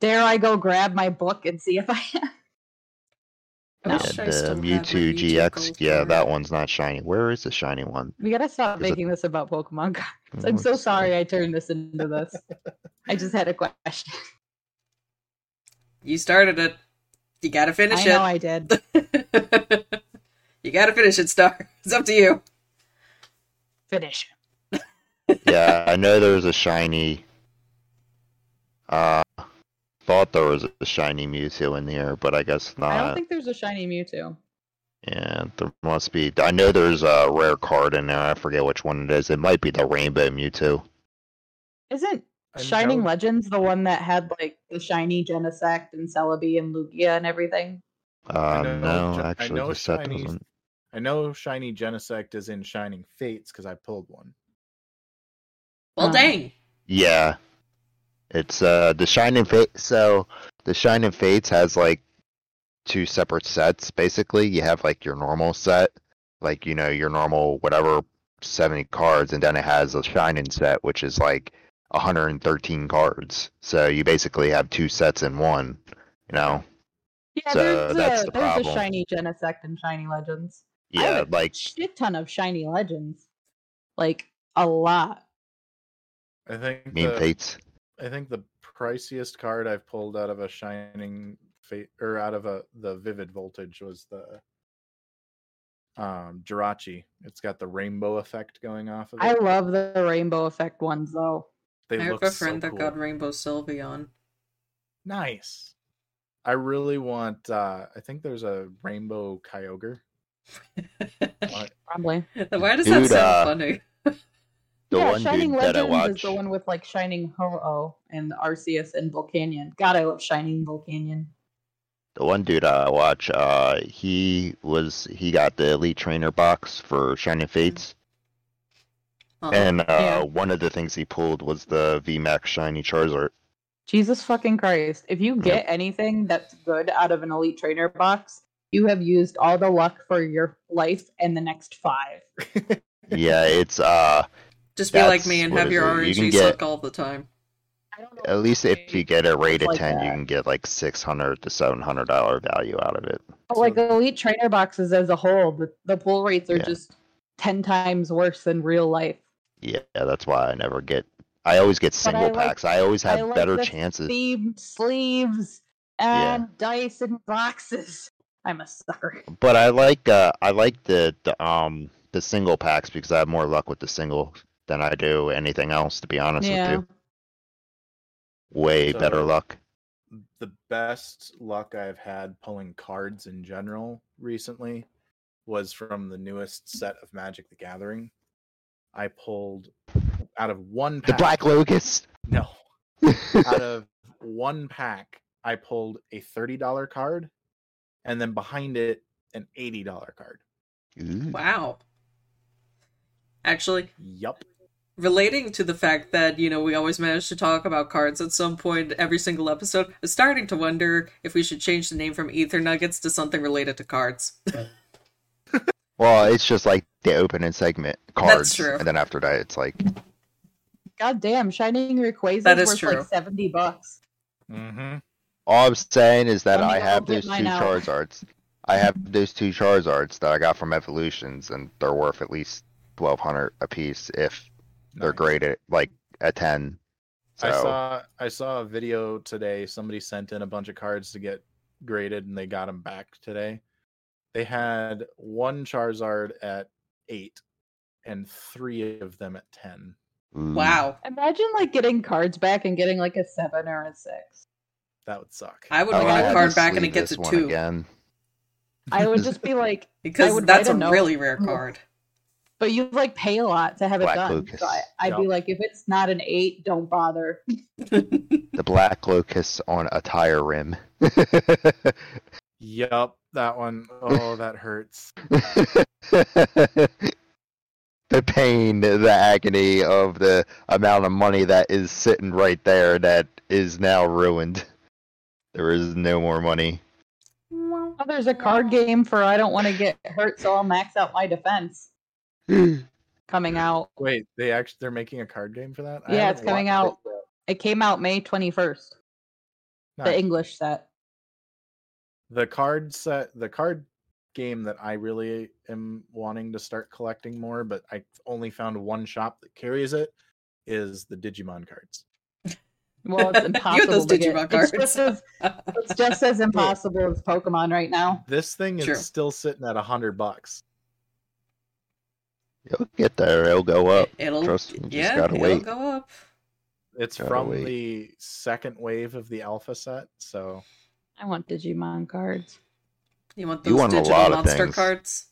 S3: Dare I go grab my book and see if I
S2: I
S3: No.
S2: wish I
S4: the
S2: still had my
S4: Mewtwo GX,
S2: Gold
S4: yeah,
S2: card.
S4: that one's not shiny. Where is the shiny one?
S3: We gotta stop
S4: Is it-
S3: making this about Pokemon cards.
S4: Oh,
S3: I'm so
S4: it's-
S3: sorry I turned this into this. I just had a question.
S2: You started it. You gotta finish
S3: I
S2: it.
S3: know I did.
S2: you gotta finish it, Star. It's up to you.
S3: Finish.
S4: yeah, I know there's a shiny. Uh, thought there was a shiny Mewtwo in here, but I guess not.
S3: I don't think there's a shiny Mewtwo.
S4: Yeah, there must be. I know there's a rare card in there. I forget which one it is. It might be the Rainbow Mewtwo.
S3: Isn't
S1: I
S3: Shining
S1: know-
S3: Legends the one that had like the shiny Genesect and Celebi and Lugia and everything?
S4: Uh,
S1: know
S4: no,
S1: Gi- I
S4: actually,
S1: know
S4: the set
S1: Shiny-
S4: doesn't.
S1: I know Shiny Genesect is in Shining Fates because I pulled one.
S2: Well,
S3: Um,
S2: dang.
S4: Yeah, it's uh the Shining Fate. So the Shining Fates has like two separate sets. Basically, you have like your normal set, like you know your normal whatever seventy cards, and then it has a Shining set, which is like hundred and thirteen cards. So you basically have two sets in one. You know,
S3: Yeah,
S4: So
S3: there's,
S4: that's
S3: a,
S4: the
S3: there's a
S4: problem.
S3: shiny Genesect and shiny Legends. I
S4: yeah,
S3: would-
S4: like
S3: Shit ton of shiny Legends, like a lot.
S1: I think
S4: mean
S1: the-
S4: fates.
S1: I think the priciest card I've pulled out of a Shining Fate or out of a the Vivid Voltage was the um Jirachi. It's got the rainbow effect going off of it.
S3: I love the rainbow effect ones though.
S1: they
S2: I have
S1: look
S2: a
S1: so
S2: friend that
S1: cool.
S2: got Rainbow Sylveon.
S1: Nice. I really want. uh I think there's a rainbow Kyogre.
S3: Probably.
S2: Why does that
S4: Dude,
S2: sound
S4: uh,
S2: funny?
S4: The
S3: yeah,
S4: one
S3: Shining
S4: dude that I
S3: Legends
S4: watch.
S3: is the one with like Shining Ho-Oh and Arceus and Volcanion. God, I love Shining Volcanion.
S4: the one dude I watch, uh, he was he got the elite trainer box for Shining Fates,
S2: Huh.
S4: and uh,
S3: Uh-huh. Yeah.
S4: one of the things he pulled was the VMAX Shiny Charizard.
S3: Jesus fucking Christ. If you get anything that's good out of an elite trainer box, you have used all the luck for your life and the next five.
S4: yeah, it's uh,
S2: Just be like
S4: that's
S2: me and
S4: what
S2: have
S4: it
S2: your
S4: is.
S2: RNG
S4: You can get-
S2: suck all the time.
S3: I don't know
S4: at least if you get a rate of
S3: Like
S4: ten, you
S3: that.
S4: can get like six hundred to seven hundred dollar value out of it.
S3: But like elite trainer boxes as a whole, the, the pull rates are
S4: Yeah.
S3: just ten times worse than real life.
S4: Yeah, that's why I never get. I always get single
S3: I like-
S4: packs. I always
S3: I
S4: have
S3: like
S4: better
S3: the
S4: chances.
S3: Themed sleeves
S4: Yeah.
S3: and dice and boxes. I'm a sucker.
S4: But I like uh, I like the, the um the single packs because I have more luck with the single than I do anything else. To be honest
S3: Yeah.
S4: with you, way better
S1: So-
S4: luck.
S1: the best luck I've had pulling cards in general recently was from the newest set of Magic the Gathering. I pulled out of one
S4: The
S1: pack.
S4: Black Locust.
S1: No. out of one pack, I pulled a $30 card and then behind it, an $80 card.
S4: Ooh.
S2: Wow. Actually,
S1: Yup.
S2: relating to the fact that, you know, we always manage to talk about cards at some point every single episode, I'm starting to wonder if we should change the name from Ether Nuggets to something related to cards.
S4: Well, it's just like the opening segment cards,
S2: true.
S4: and then after that, it's like
S3: God damn, Shining Rayquaza's
S2: That is
S3: worth
S2: true.
S3: like seventy bucks.
S1: Mm-hmm.
S4: all I'm saying is that
S3: Let me
S4: I
S3: go
S4: have
S3: get
S4: those two
S3: mine out.
S4: Charizards. I have those two Charizards that I got from Evolutions, and they're worth at least twelve hundred a piece if they're graded like a ten. So
S1: I saw I saw a video today. Somebody sent in a bunch of cards to get graded, and they got them back today. They had one Charizard at eight, and three of them at ten.
S4: ooh,
S2: Wow.
S3: Imagine like getting cards back and getting like a seven or a six.
S1: That would suck.
S2: I would
S4: I
S2: want
S4: had
S2: a
S4: to
S2: card back and
S4: sleeve
S2: it gets a
S4: this one
S2: two.
S4: again.
S3: I would just be like, I
S2: Because
S3: would
S2: that's a
S3: write a note. Oh.
S2: really rare card.
S3: but you like pay a lot to have it
S4: Black
S3: done.
S4: Lucas.
S3: So I, I'd be
S1: Yep.
S3: like, if it's not an eight, don't bother.
S4: The black locust on a tire rim.
S1: Yup, that one. Oh, that hurts.
S4: the pain, the agony of the amount of money that is sitting right there that is now ruined. There is no more money.
S3: Oh, there's a card game for I don't want to get hurt, so I'll max out my defense coming out.
S1: Wait, they actually they're making a card game for that? I
S3: Yeah, it's
S1: haven't
S3: coming
S1: watched it
S3: It came out May 21st,
S1: yet.
S3: the
S1: Nice.
S3: English set.
S1: the card set the card game that i really am wanting to start collecting more but i only found one shop that carries it is the digimon cards
S3: Well, it's
S2: You had
S3: impossible.
S2: those
S3: to get.
S2: Digimon cards.
S3: It's just, as,
S4: Oh,
S3: it's just as impossible as Pokemon right now.
S1: this thing is
S2: True.
S1: still sitting at a hundred bucks
S4: It'll get there. It'll go up.
S2: It'll
S4: Trust me, just
S2: yeah,
S4: gotta
S2: it'll
S4: wait.
S2: go up.
S1: It's
S4: Gotta
S1: from
S4: wait.
S1: the second wave of the alpha set, so
S3: I want Digimon cards.
S2: You want those
S4: You want a
S2: digital
S4: lot of
S2: monster
S4: things.
S2: cards?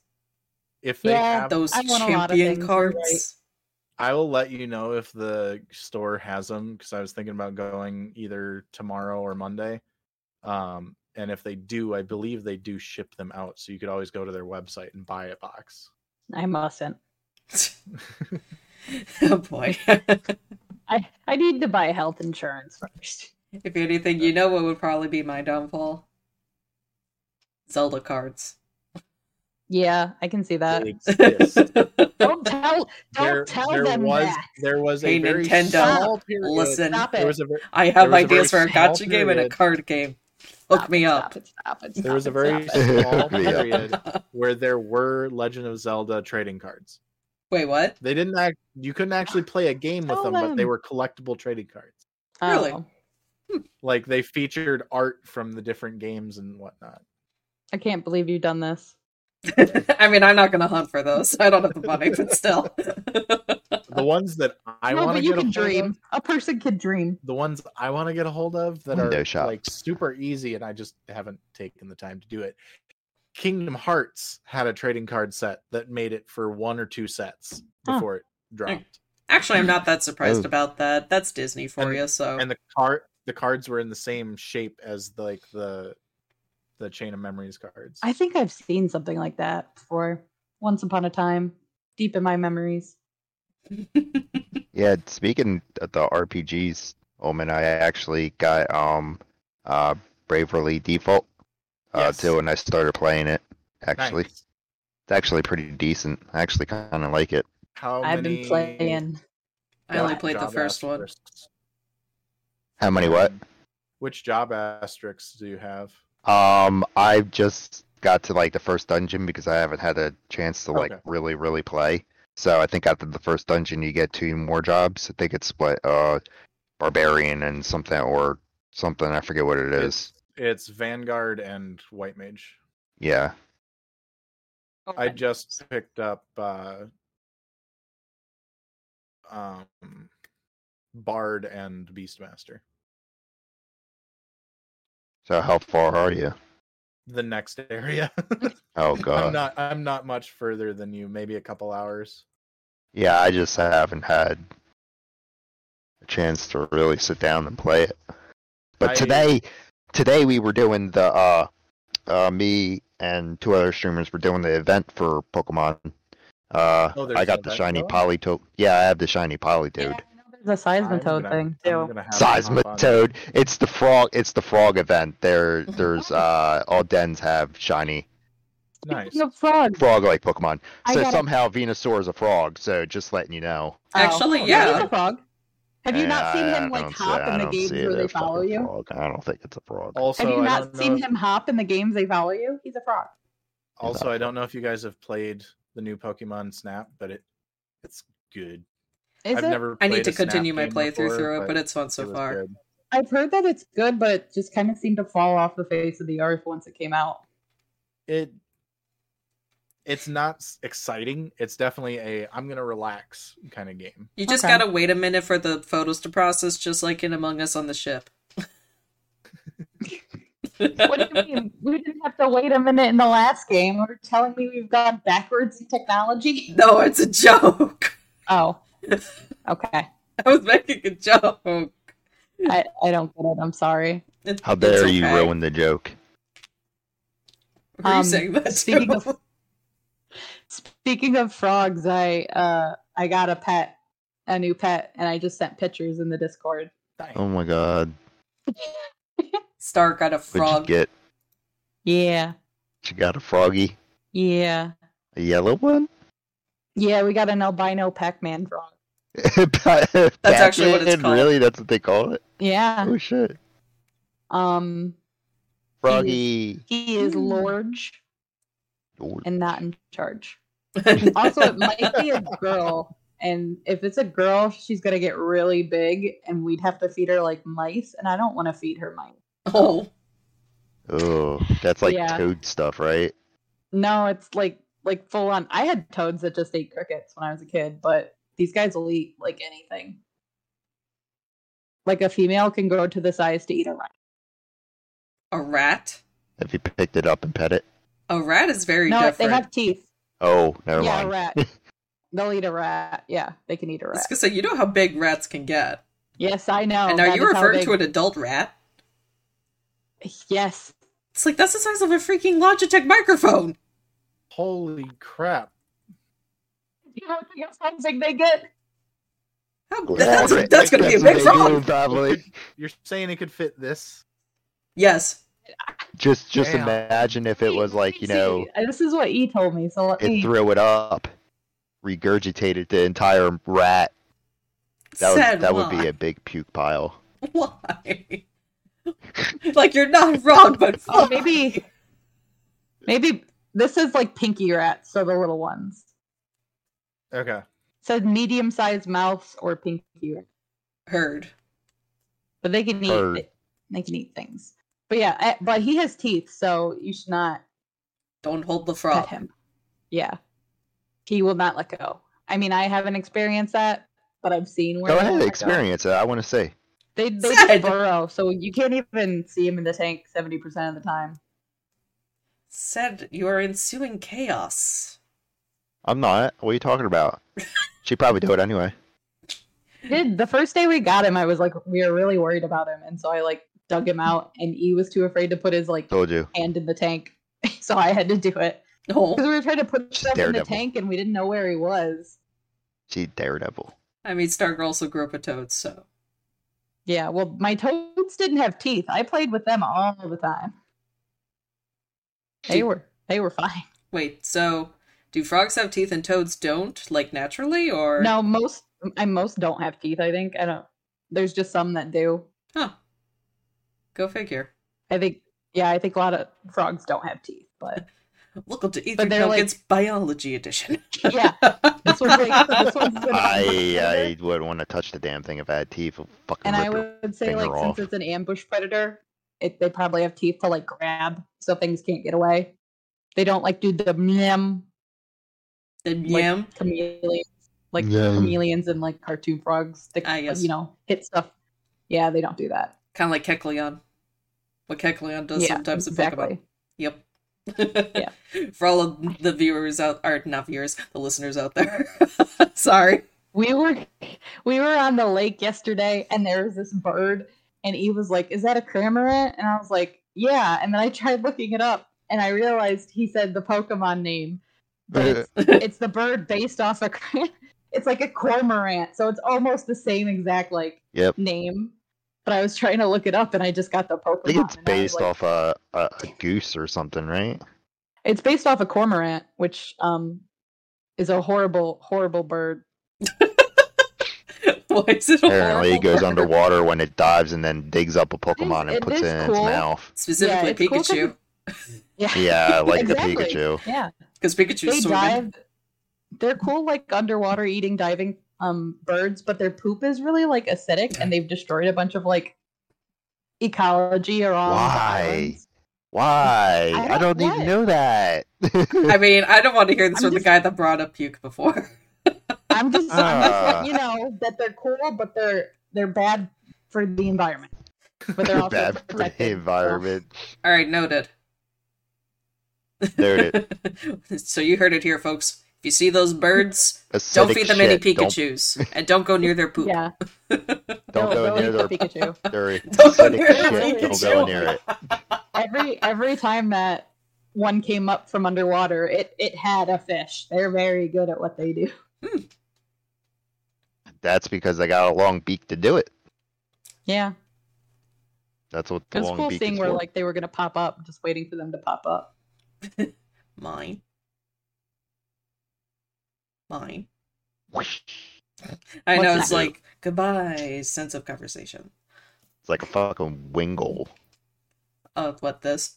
S1: if they
S3: Yeah,
S1: have
S2: Those
S3: I want a lot of
S2: champion
S3: things, you're
S2: cards?
S1: I will let you know if the store has them because I was thinking about going either tomorrow or Monday. Um, and if they do, I believe they do ship them out, so you could always go to their website and buy a box.
S3: I mustn't.
S2: oh boy. if
S3: I, I need to buy health insurance first.
S2: anything, you know what would probably be my downfall? Zelda cards.
S3: Yeah, I can see that.
S1: They exist.
S3: Don't tell don't
S1: there,
S3: tell
S1: there
S3: them
S1: was
S3: that.
S1: there was a
S2: Hey,
S1: very
S2: Nintendo,
S1: small period.
S2: Listen,
S3: Stop
S1: uh, There
S3: it.
S1: was a ver-
S2: I
S1: There
S2: have
S1: was a
S2: ideas for
S1: very
S2: a gotcha
S1: small
S2: game and a
S1: period.
S2: card game.
S3: Stop
S2: Hook
S3: it,
S2: me
S3: stop
S2: up.
S3: it, stop it,
S1: there was a
S3: stop
S1: very
S3: it, stop it.
S1: small
S4: Yeah.
S1: period where there were Legend of Zelda trading cards.
S2: Wait, what?
S1: They didn't act. You couldn't actually play a game with
S3: Tell
S1: them, but they
S3: them.
S1: were collectible trading cards.
S2: Really?
S3: Oh,
S1: like they featured art from the different games and whatnot.
S3: I can't believe you've done this.
S2: I mean, I'm not gonna hunt for those. I don't have the money, but still.
S1: The ones that I
S3: no,
S1: want to
S3: but you
S1: get a
S3: can
S1: hold
S3: dream.
S1: of,
S3: A person can dream.
S1: the ones I want to get a hold of that
S4: Window
S1: are
S4: shop.
S1: like super easy, and I just haven't taken the time to do it. Kingdom Hearts had a trading card set that made it for one or two sets
S3: Huh.
S1: before it dropped,
S2: Actually, I'm not that surprised
S4: Oh.
S2: about that. That's Disney for
S1: And-
S2: you, so
S1: and the card the cards were in the same shape as like the the Chain of Memories cards.
S3: I think I've seen something like that before. Once upon a time, deep in my memories.
S4: Yeah, speaking of the RPGs, Omen, I actually got um uh Bravely Default uh
S1: Yes.
S4: too and I started playing it actually.
S1: Nice.
S4: It's actually pretty decent. I actually kinda like it.
S1: How
S3: I've
S1: many
S3: been playing.
S2: I only
S1: job
S2: played the first one.
S1: asterisks-
S4: How many what?
S1: Which job asterisks do you have?
S4: Um I've just got to like the first dungeon because I haven't had a chance to like
S1: Okay.
S4: really, really play. So I think after the first dungeon you get two more jobs. I think it's what uh Barbarian and something or something, I forget what it is.
S1: It's Vanguard and White Mage.
S4: Yeah.
S1: I just picked up uh um Bard and Beastmaster.
S4: So how far are you?
S1: The next area.
S4: Oh
S1: I'm
S4: god.
S1: not I'm not much further than you, maybe a couple hours.
S4: Yeah, I just haven't had a chance to really sit down and play it. But
S1: I-
S4: today, today we were doing the uh, uh, me and two other streamers were doing the event for Pokemon. Uh,
S1: Oh, there's
S4: I
S1: an
S4: got the
S1: event
S4: shiny
S1: going?
S4: Politoed. Yeah, I have the shiny
S3: Yeah, I
S4: Politoed.
S3: know there's a
S1: I'm
S3: Seismitoad
S1: gonna-
S3: thing
S1: I'm
S3: too.
S1: gonna have to hop on that.
S4: Seismitoad. It's the frog. It's the frog event. There, there's uh, all Dens have shiny
S1: Nice.
S3: Speaking of Oh. frogs,
S4: frog-like Pokemon.
S3: I
S4: So
S3: got a-
S4: somehow Venusaur is a frog. So just letting you know.
S3: oh,
S2: Actually,
S3: he's
S2: yeah.
S3: a frog. Have you not
S4: Yeah,
S3: seen
S4: I- I
S3: him like
S4: don't see-
S3: hop
S4: I
S3: in the
S4: don't see
S3: games where
S4: it
S3: they
S4: as fucking
S3: follow you?
S4: frog. I don't think it's a frog.
S2: Oh,
S1: Also,
S3: Have you
S1: I
S3: not
S1: don't know
S3: seen
S1: if-
S3: him hop in the games they follow you? He's a frog.
S1: Also, I don't know if you guys have played the new Pokemon Snap, but it it's good.
S3: Is
S1: I've
S3: it?
S1: never
S2: I need
S1: played
S2: to
S1: a Snap
S2: continue my
S1: game
S2: playthrough
S1: before,
S2: through it, but it's fun so
S1: was
S2: far.
S1: good.
S3: I've heard that it's good, but it just kind of seemed to fall off the face of the earth once it came out.
S1: It it's not s- exciting. It's definitely a I'm gonna relax kind of game.
S2: You just
S3: Okay.
S2: gotta wait a minute for the photos to process, just like in Among Us on the ship.
S3: What do you mean? We didn't have to wait a minute in the last game. You're telling me we've gone backwards in technology?
S2: No, it's a joke.
S3: Oh, okay.
S2: I was making a joke.
S3: I, I don't get it. I'm sorry.
S2: It-
S4: How
S2: it's
S4: dare you
S2: okay.
S4: ruin the joke?
S2: Were you
S3: Um,
S2: saying that
S3: speaking
S2: too?
S3: of- Speaking of frogs, I uh I got a pet, a new pet, and I just sent pictures in the Discord.
S4: Oh my god.
S2: Star got a
S4: What'd
S2: frog.
S4: you get?
S3: Yeah,
S4: You got a froggy?
S3: yeah,
S4: A yellow one?
S3: yeah. We got an albino Pac-Man frog.
S4: That's
S2: actually what it's called.
S4: Really? That's what they call it?
S3: Yeah.
S4: Oh shit.
S3: Um,
S4: Froggy.
S3: he is large
S4: Lord.
S3: and not in charge. Also, it might be a girl. And if it's a girl, she's gonna get really big, and we'd have to feed her like mice. And I don't want to feed her mice.
S2: oh,
S4: Oh, that's like
S3: Yeah.
S4: toad stuff, right?
S3: No, it's like like full on. I had toads that just ate crickets when I was a kid, but these guys will eat like anything. Like a female can grow to the size to eat a rat.
S2: A rat?
S4: Have you picked it up and pet it?
S2: A rat is very
S3: no,
S2: different.
S3: they have teeth.
S4: Oh, never
S3: yeah,
S4: mind.
S3: a rat. They'll eat a rat. Yeah, they can eat a
S2: I
S3: rat.
S2: was gonna say, you know how big rats can get.
S3: Yes, I know.
S2: and are you referring to
S3: it?
S2: an adult rat?
S3: Yes.
S2: It's like, that's the size of a freaking Logitech microphone!
S1: Holy crap.
S3: You know how big they get?
S2: How-
S4: Well,
S2: that's
S4: right,
S2: that's gonna be a
S4: what
S2: big
S4: they do
S2: frog!
S4: in Babylon.
S1: You're saying it could fit this?
S2: Yes.
S4: Just just
S1: Damn.
S4: imagine if it was like, you know,
S3: this is what E told me. So let
S4: it
S3: me.
S4: threw it up, regurgitated the entire rat. That
S2: Said
S4: would that would
S2: why.
S4: be a big puke pile.
S2: Why? like you're not wrong, but
S3: oh,
S2: fuck.
S3: maybe, maybe this is like pinky rats, so the little ones.
S1: Okay.
S3: It said medium-sized mouse or pinky rat,
S2: heard.
S3: but they can eat.
S4: Or-
S3: They can eat things. But yeah, eh, but he has teeth, so you should not
S2: Don't hold the
S3: pet
S2: frog.
S3: him. Yeah, he will not let go. I mean, I haven't experienced that, but I've seen where
S4: Go
S3: they
S4: ahead,
S3: let
S4: experience it. I want to say.
S3: They they just
S2: Said.
S3: burrow, so you can't even see him in the tank seventy percent of the time.
S2: Said you are ensuing chaos.
S4: I'm not. What are you talking about? She'd probably do it anyway.
S3: Did the first day we got him, I was like, we were really worried about him, and so I like dug him out, and E was too afraid to put his like
S4: Told you.
S3: hand in the tank, so I had to do it because
S2: No,
S3: we were trying to put
S4: Just
S3: him in the
S4: Daredevil.
S3: tank, and we didn't know where he was.
S4: She daredevil.
S2: I mean Stargirl also grew up a toad, so
S3: Yeah, well, my toads didn't have teeth. I played with them all the time. They
S2: Do-
S3: were they were fine.
S2: Wait, so do frogs have teeth and toads don't, like naturally, or
S3: No, most I most don't have teeth. I think I don't. There's just some that do.
S2: Huh. Go figure.
S3: I think yeah, I think a lot of frogs don't have teeth, but
S2: Welcome to Ether
S3: they're, like-
S2: Nuggets Biology Edition.
S3: yeah, this one's like, this one's been-
S4: I I would want to touch the damn thing if I had teeth. I'd Fucking
S3: and I
S4: rip your-
S3: would say like
S4: finger off.
S3: since it's an ambush predator, it, they probably have teeth to like grab so things can't get away. They don't like do the mmm meow
S2: the yam.
S3: chameleons like
S4: Yeah.
S3: chameleons and like cartoon frogs that
S2: Ah, yes.
S3: you know hit stuff. Yeah, they don't do that.
S2: Kind of like Kecleon. What Kecleon does
S3: yeah,
S2: sometimes in Pokemon.
S3: exactly.
S2: Yep. For all of the viewers out, or not viewers, the listeners out there. Sorry.
S3: We were we were on the lake yesterday and there was this bird and Eve was like, Is that a cormorant? And I was like, Yeah. And then I tried looking it up and I realized he said the Pokemon name. But it's, it's the bird based off a cor- it's like a cormorant. So it's almost the same exact like
S4: Yep.
S3: name. But I was trying to look it up and I just got the Pokemon.
S4: I think it's
S3: and I was
S4: based
S3: like,
S4: off a, a a goose or something, right?
S3: it's based off a cormorant, which um is a horrible, horrible bird.
S2: Why is it a
S4: Apparently, it
S2: horrible
S4: goes
S2: word?
S4: underwater when it dives and then digs up a Pokemon and
S3: it
S4: puts it
S3: is
S4: in its
S3: cool.
S4: mouth.
S2: Specifically
S3: Yeah, it's cool 'cause
S2: Pikachu.
S3: Yeah.
S4: Yeah, like
S3: Exactly.
S4: the Pikachu.
S3: Yeah.
S2: Because Pikachu's
S3: they
S2: swimming.
S3: dive. They're cool, like underwater eating diving um birds, but their poop is really like acidic, and they've destroyed a bunch of like ecology around. the
S4: Why?
S3: islands.
S4: Why?
S3: I
S4: I
S3: don't
S4: don't, even
S3: what?
S4: know that.
S2: I mean, I don't want to hear this
S3: I'm
S2: from
S3: just-
S2: the guy that brought up puke before.
S3: I'm just, I'm just
S4: Ah.
S3: letting you know that they're cool, but they're they're bad for the environment. But they're also
S4: Bad for
S3: protected,
S4: the
S3: so-
S4: environment.
S2: All right, noted.
S4: There it is.
S2: so you heard it here, folks. If you see those birds,
S4: Acidic
S2: don't feed them any
S4: shit. Don't-
S2: Pikachu's, and don't go near their poop.
S3: Yeah,
S4: Don't,
S3: they'll-
S4: go
S3: they'll
S4: near
S3: eat
S4: their,
S3: the Pikachu.
S4: their
S2: Don't go
S4: acidic
S2: near their
S4: shit. Don't
S2: Pikachu.
S4: go near it.
S3: Every every time that one came up from underwater, it it had a fish. They're very good at what they do.
S4: That's because they got a long beak to do it.
S3: Yeah.
S4: That's what
S3: It
S4: the
S3: was
S4: long
S3: cool
S4: beak
S3: seeing
S4: is
S3: where
S4: for.
S3: like they were gonna pop up, just waiting for them to pop up.
S2: Mine. Mine.
S4: Whoosh.
S2: I know
S3: What's
S2: it's
S4: that?
S2: like goodbye sense of conversation.
S4: It's like a fucking wingle.
S2: Oh, what this?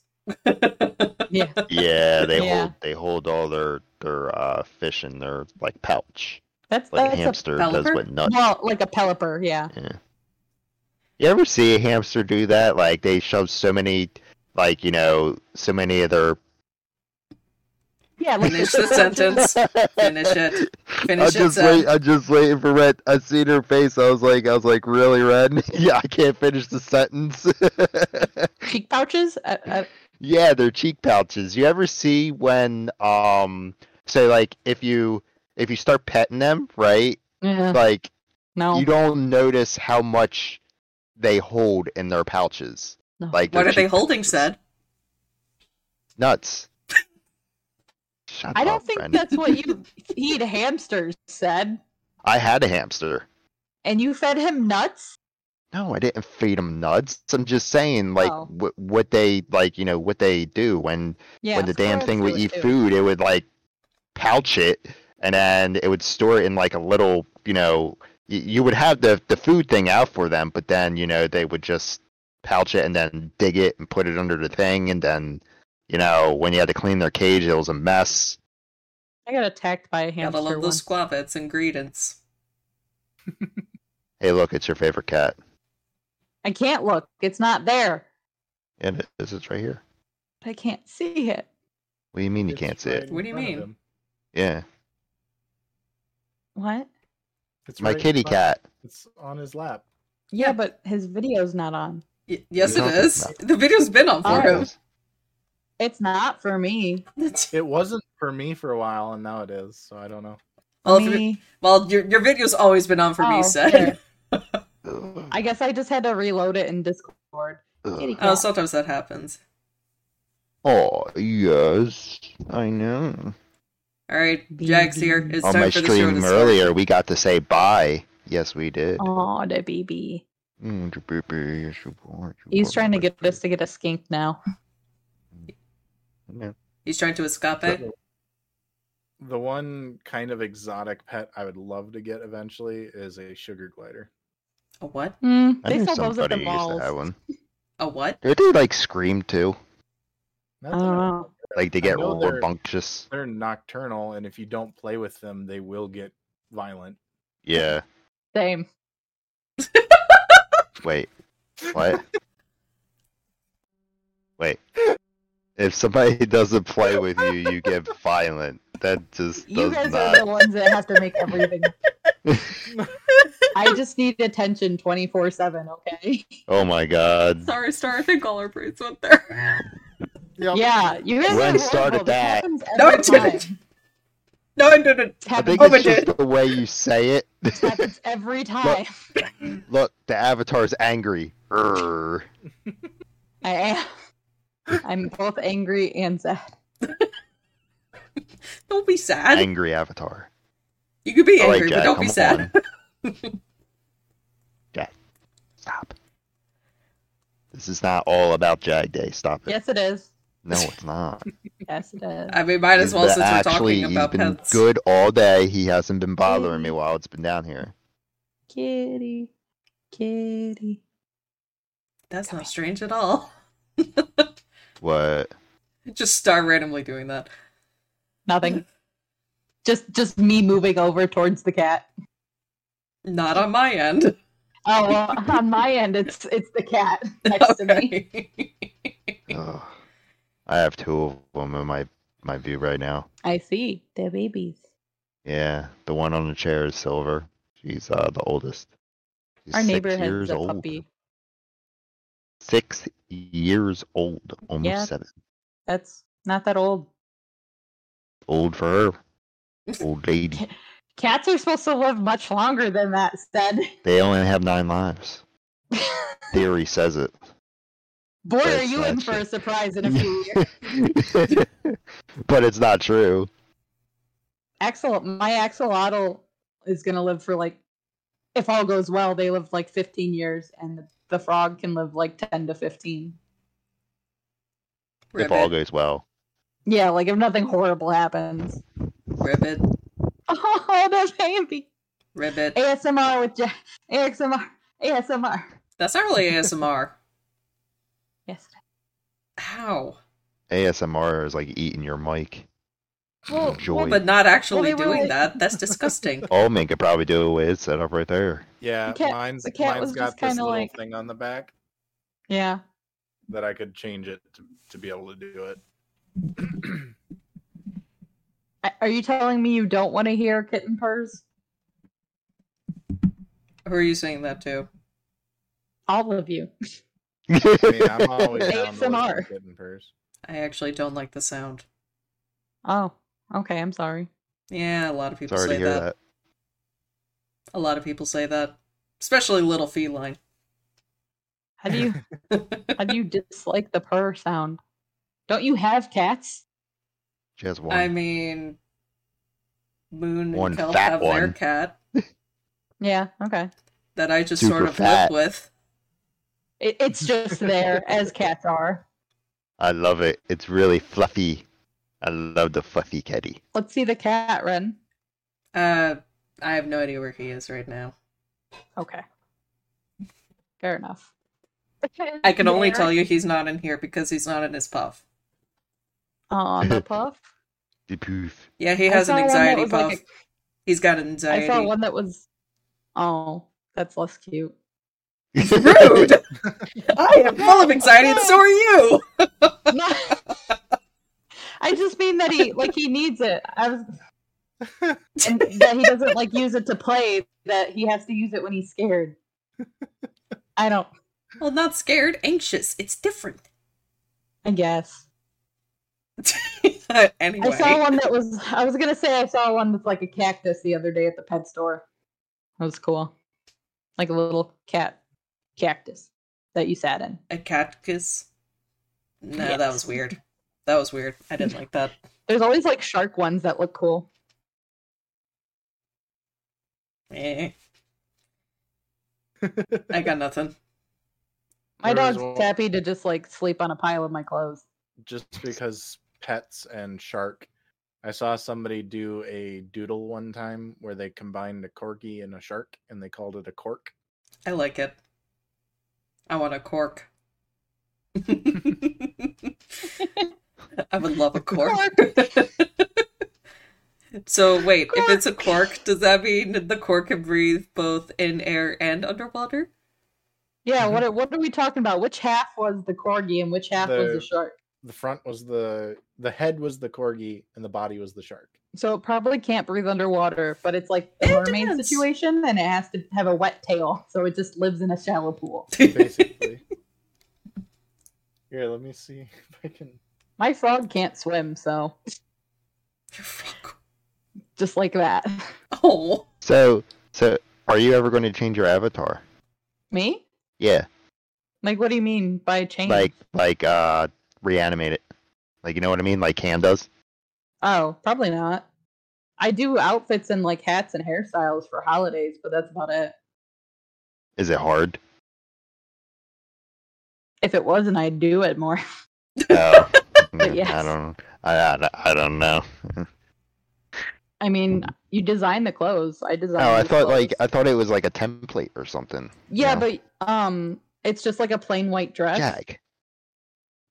S3: Yeah,
S4: Yeah, they
S3: Yeah.
S4: hold they hold all their their uh, fish in their like pouch,
S3: that's
S4: like a
S3: that's
S4: hamster does
S2: pelipper?
S4: with
S3: a,
S4: nuts.
S3: well, like a pelipper. Yeah,
S4: Yeah. You ever see a hamster do that? Like they shove so many, like you know, so many of their
S3: Yeah, like
S2: Finish the sentence. Finish it.
S4: I
S2: Finish it.
S4: just
S2: Zeb.
S4: wait. I just waiting for Red. I seen her face. I was like, I was like, really, Red? yeah, I can't finish the sentence.
S3: Cheek pouches. Uh, I, I,
S4: yeah, they're cheek pouches. You ever see when, um, say like if you if you start petting them, right?
S3: yeah,
S4: Like
S3: no.
S4: you don't notice how much they hold in their pouches.
S3: No.
S4: Like
S2: What
S4: their
S2: are they
S4: cheek
S2: holding,
S4: pouches.
S2: said?
S4: Nuts. Shut
S3: I don't
S4: up,
S3: think
S4: Brandon.
S3: that's what you feed hamsters said.
S4: I had a hamster.
S3: And you fed him nuts.
S4: No, I didn't feed them nuts. I'm just saying, like,
S3: Oh.
S4: wh- what they like, you know, what they do when
S3: Yeah,
S4: when the damn
S3: squirrels
S4: thing
S3: do
S4: would
S3: it
S4: eat
S3: too.
S4: food, it would like pouch it, and then it would store it in like a little, you know, y- you would have the the food thing out for them, but then you know they would just pouch it and then dig it and put it under the thing, and then you know when you had to clean their cage, it was a mess.
S3: I got attacked by a
S2: Gotta
S3: hamster
S2: love the
S3: once.
S2: squavets ingredients.
S4: Hey, look, it's your favorite cat.
S3: I can't look. It's not there.
S4: And it is. It's right here.
S3: I can't see it.
S4: What do you mean you
S1: It's
S4: can't see
S1: right
S4: it?
S1: in
S2: What do you
S1: front of
S2: mean?
S1: him.
S4: Yeah,
S3: What?
S1: It's
S4: my
S1: right in
S4: kitty
S1: front-
S4: cat.
S1: It's on his lap.
S3: Yeah, but his video's not on.
S2: Y- yes, it
S4: No,
S2: is.
S4: it's
S2: The video's been on for
S3: Alright.
S2: him.
S4: Alright.
S3: It's not for me.
S2: That's-
S1: It wasn't for me for a while, and now it is. So I don't know.
S2: Well, if it-
S3: me.
S2: well, your your video's always been on for
S3: Oh,
S2: me,
S3: sure.
S2: said.
S3: I guess I just had to reload it in Discord. Kitty
S2: Oh,
S3: cat.
S2: sometimes that happens.
S4: Oh yes, I know.
S2: All right,
S3: Bing,
S2: Jack's here.
S3: bing.
S2: It's
S4: On
S2: time
S4: my
S2: for the show to
S4: stream
S2: start.
S4: earlier, we got to say bye. Yes, we did.
S3: Oh, the baby.
S4: Mm, the baby, yes, you are, you
S3: He's
S4: are
S3: trying to
S4: my
S3: get us
S4: baby.
S3: to get a skink now.
S4: No.
S2: He's trying to escape.
S1: The one kind of exotic pet I would love to get eventually is a sugar glider.
S2: A what?
S3: Hmm.
S4: I
S3: they
S4: knew
S3: sell those at
S4: somebody
S3: the
S4: used
S3: malls.
S4: to have one.
S2: A what?
S4: Did they like scream too?
S1: Not
S3: I
S1: that
S3: don't
S2: Oh.
S3: know.
S4: Like they
S1: I
S4: get
S1: know they're-
S4: rambunctious?
S1: They're nocturnal, and if you don't play with them, they will get violent.
S4: Yeah.
S3: Same.
S4: Wait. What? Wait. If somebody doesn't play with you, you get violent. That just
S3: You
S4: does
S3: guys
S4: not.
S3: are the ones that have to make everything. I just need attention 24 7, okay?
S4: Oh my god.
S2: Sorry, Star. I think all our brains went there.
S3: Yeah, you guys
S4: When
S3: are horrible. This
S4: started that?
S3: happens
S2: No,
S3: every
S2: I didn't.
S3: time.
S2: no, I didn't.
S3: This
S4: I
S3: happens,
S4: think
S2: Oh,
S4: it's
S2: but
S4: just the way you say it.
S3: this happens every time.
S4: Look, the avatar's angry. Urgh.
S3: I am. I'm both angry and sad.
S2: Don't be sad.
S4: Angry avatar.
S2: You could be
S4: All right,
S2: angry, but
S4: Jack,
S2: don't be
S4: uh, come
S2: sad.
S4: on. Jack, stop. This is not all about Jag Day. Stop it.
S3: Yes, it is.
S4: No, it's not.
S3: Yes, it is.
S2: I mean, might as
S4: He's
S2: well
S4: been-
S2: since we're
S4: actually,
S2: talking about
S4: he's been
S2: pets. Mm.
S4: good all day. He hasn't been bothering me while it's been down here.
S3: Kitty, kitty.
S2: That's not strange at all.
S4: What?
S2: Just Star randomly doing that.
S3: Nothing. Just, just me moving over towards the cat.
S2: Not on my end.
S3: Oh well, on my end, it's it's the cat next to me.
S2: Okay.
S4: Ugh. I have two of them in my my view right now.
S3: I see. They're babies.
S4: Yeah, the one on the chair is Silver. She's uh, the oldest. She's
S3: Our
S4: six
S3: neighbor has
S4: years
S3: a
S4: old.
S3: puppy.
S4: Six years old, almost
S3: Yeah.
S4: seven.
S3: That's not that old.
S4: Old for her. Old lady.
S3: Cats are supposed to live much longer than that. Said.
S4: They only have nine lives. Theory says it.
S3: Boy, are
S4: That's
S3: you
S4: not
S3: in for
S4: true.
S3: a surprise in a few years.
S4: but it's not true.
S3: Axel, my axolotl is gonna live for like, if all goes well, they live like 15 years, and the, the frog can live like 10 to 15.
S4: If all
S2: Ribbit.
S4: goes well.
S3: Yeah, like if nothing horrible happens.
S2: Ribbit.
S3: Oh, that's baby.
S2: Ribbit.
S3: ASMR with Jack. ASMR. ASMR.
S2: That's not really ASMR.
S3: Yes.
S2: How?
S4: ASMR is like eating your mic.
S3: Well,
S4: Enjoy.
S2: But not actually
S3: Well, they were
S2: doing
S3: like-
S2: that. That's disgusting.
S4: Omen could probably do it with its setup right there.
S1: Yeah,
S3: The cat-
S1: mine's
S3: the cat
S1: mine's
S3: was
S1: got
S3: just
S1: this
S3: kinda
S1: little
S3: like-
S1: thing on the back
S3: yeah.
S1: that I could change it to, to be able to do it.
S3: I- Are you telling me you don't want to hear kitten purrs?
S2: Who are you saying that to?
S3: All of you.
S1: I mean, I'm always down to listen
S3: ASMR.
S1: to kitten purrs.
S2: I actually don't like the sound.
S3: Oh, okay. I'm sorry.
S2: Yeah, a lot of people
S4: Sorry to
S2: say
S4: hear
S2: that.
S4: that.
S2: A lot of people say that, especially little feline.
S3: How do you how do you dislike the purr sound? Don't you have cats?
S4: She has one.
S2: I mean, Moon
S4: One
S2: and Kelp
S4: fat
S2: have their
S4: one.
S2: cat
S3: Yeah. Okay.
S2: that I just sort
S4: Super
S2: of
S4: fat.
S2: live with.
S3: It, it's just there as cats are.
S4: I love it. It's really fluffy. I love the fluffy kitty.
S3: Let's see the cat, Ren.
S2: Uh, I have no idea where he is right now.
S3: Okay. Fair enough.
S2: I can only tell you he's not in here because he's not in his puff.
S3: Oh, the puff.
S4: The poof.
S2: Yeah, he
S3: I
S2: has an
S3: saw one that
S2: anxiety
S3: was
S2: puff.
S3: like a-
S2: He's got
S3: I saw
S2: anxiety.
S3: one that was. Oh, that's less cute.
S2: Rude. I am full of anxiety, and so are you.
S3: No. I just mean that he like he needs it. I was and that he doesn't like use it to play. That he has to use it when he's scared. I don't.
S2: Well, not scared, anxious. It's different.
S3: I guess.
S2: anyway,
S3: I saw one that was. I was gonna say I saw one with like a cactus the other day at the pet store. That was cool, like a little cat cactus that you sat in.
S2: a cactus. No, that
S3: Yes.
S2: was weird. That was weird. I didn't like that.
S3: There's always like shark ones that look cool.
S2: Eh. I got nothing.
S3: My
S1: There was
S3: dog's
S1: one-
S3: happy to just like sleep on a pile of my clothes.
S1: just because pets and shark. I saw somebody do a doodle one time where they combined a corgi and a shark and they called it a cork.
S2: I like it. I want a cork. I would love a cork. so wait, if it's a cork, does that mean that the cork can breathe both in air and underwater?
S3: Yeah, what are, what are we talking about? Which half was the corgi and which half was
S1: The-
S3: the shark?
S1: The front was the the head was the corgi and the body was the shark.
S3: So it probably can't breathe underwater, but it's like the
S2: It
S3: mermaid
S2: depends.
S3: situation, and it has to have a wet tail, so it just lives in a shallow pool.
S1: basically. Here, let me see if I can.
S3: My frog can't swim, so just like that.
S2: oh.
S4: So, so are you ever going to change your avatar?
S3: Me?
S4: Yeah,
S3: Like, what do you mean by change?
S4: like like uh, reanimate it. Like you know what I mean? Like Cam does.
S3: oh, probably not. I do outfits and like hats and hairstyles for holidays, but that's about it.
S4: Is it hard?
S3: If it wasn't, I'd do it more.
S4: No. Mm, I
S3: Yes.
S4: don't. I, I, I don't know.
S3: I mean, you design the clothes. I design.
S4: Oh, I
S3: the
S4: thought like
S3: clothes.
S4: I thought it was like a template or something.
S3: Yeah,
S4: know?
S3: but um, it's just like a plain white dress,
S4: Jag.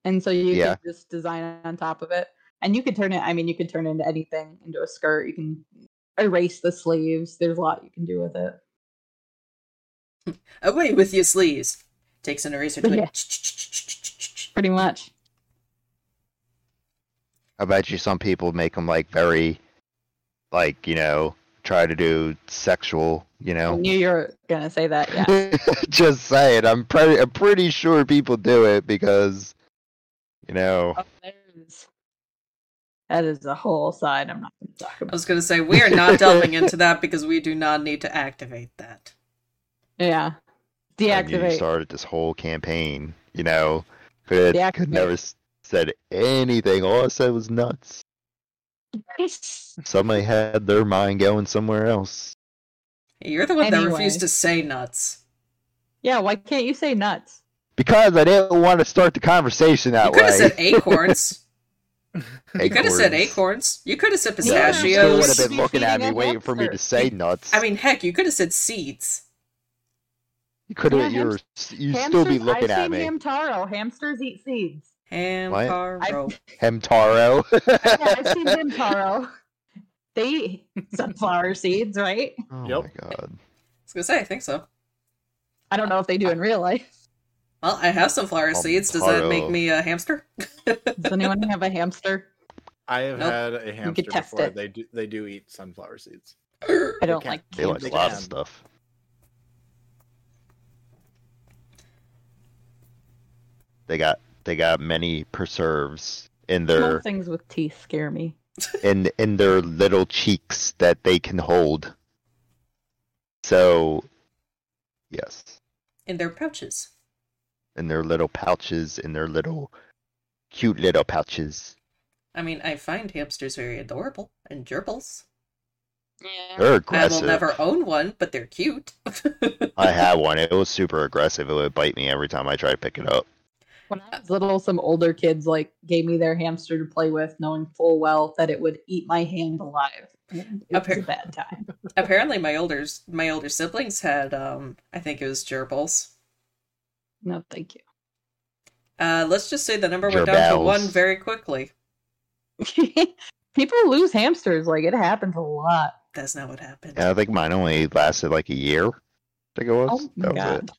S3: and so you
S4: Yeah.
S3: can just design on top of it, and you could turn it. I mean, you could turn it into anything, into a skirt. You can erase the sleeves. There's a lot you can do with it.
S2: Away with your sleeves. Takes an eraser to
S3: Yeah.
S2: it.
S3: Pretty much.
S4: I bet you some people make them like very, like you know, try to do sexual. You
S3: I
S4: know.
S3: knew you were gonna say that. Yeah.
S4: Just saying, I'm pretty. I'm pretty sure people do it because, you know.
S3: Oh, there's- That is a whole side I'm not going to talk
S2: I
S3: about.
S2: was going to say, we are not delving into that because we do not need to activate that.
S3: Yeah.
S4: and You
S3: Deactivate.
S4: started this whole campaign. You know, could
S3: Deactivate.
S4: could never s- said anything. All I said was nuts. Somebody had their mind going somewhere else.
S2: You're the one that
S3: Anyway.
S2: refused to say nuts.
S3: Yeah, why can't you say nuts?
S4: Because I didn't want to start the conversation that
S2: you could
S4: way.
S2: have said acorns.
S4: acorns.
S2: you could have said acorns. You could have said
S3: Yeah,
S4: you still would have
S2: pistachios.
S3: would've
S4: been looking at me,
S3: Feeding a
S4: waiting for me to
S3: hamster.
S4: say nuts.
S2: I mean, heck, you could have said seeds.
S4: you could have.
S3: yeah,
S4: you were. You still be looking
S3: I've seen
S4: at me.
S3: Hamtaro. Hamsters eat seeds.
S2: Hamtaro.
S4: Hemtaro.
S3: Yeah, I've seen Hamtaro. They eat sunflower seeds, right?
S4: oh
S1: Yep.
S4: my god.
S2: I was going to say, I think so.
S3: I don't know if they do in real life.
S4: Um,
S2: Well, I have sunflower seeds. Does that make
S4: Hamtaro.
S2: me a hamster?
S3: Does anyone have a hamster?
S1: I have
S2: Nope.
S1: had a hamster
S3: test
S1: before.
S3: it.
S1: They do they do eat sunflower seeds.
S3: I don't
S1: can't-
S3: like
S4: They like
S1: They
S4: a lot of
S1: can.
S4: stuff. They got they got many preserves in
S3: small
S4: their
S3: things with teeth scare me.
S4: in in their little cheeks that they can hold. So, yes,
S2: in their pouches.
S4: in their little pouches, in their little cute little pouches.
S2: I mean, I find hamsters very adorable and gerbils.
S3: Yeah.
S4: They're
S2: I
S4: aggressive.
S2: will never own one, but they're cute.
S4: I had one. It was super aggressive. It would bite me every time I tried to pick it up.
S3: When I was little, some older kids like gave me their hamster to play with, knowing full well that it would eat my hand alive. It was
S2: Okay.
S3: a bad time.
S2: Apparently, my older my older siblings had um, I think it was gerbils.
S3: No, thank
S2: Uh, let's just say the number went down to
S4: Gerbils.
S2: one very quickly.
S3: you. People lose hamsters, like it happens a lot.
S2: That's not what happened.
S4: And I think mine only lasted like a year. I think it was.
S3: Oh my
S4: That was
S3: god.
S4: it.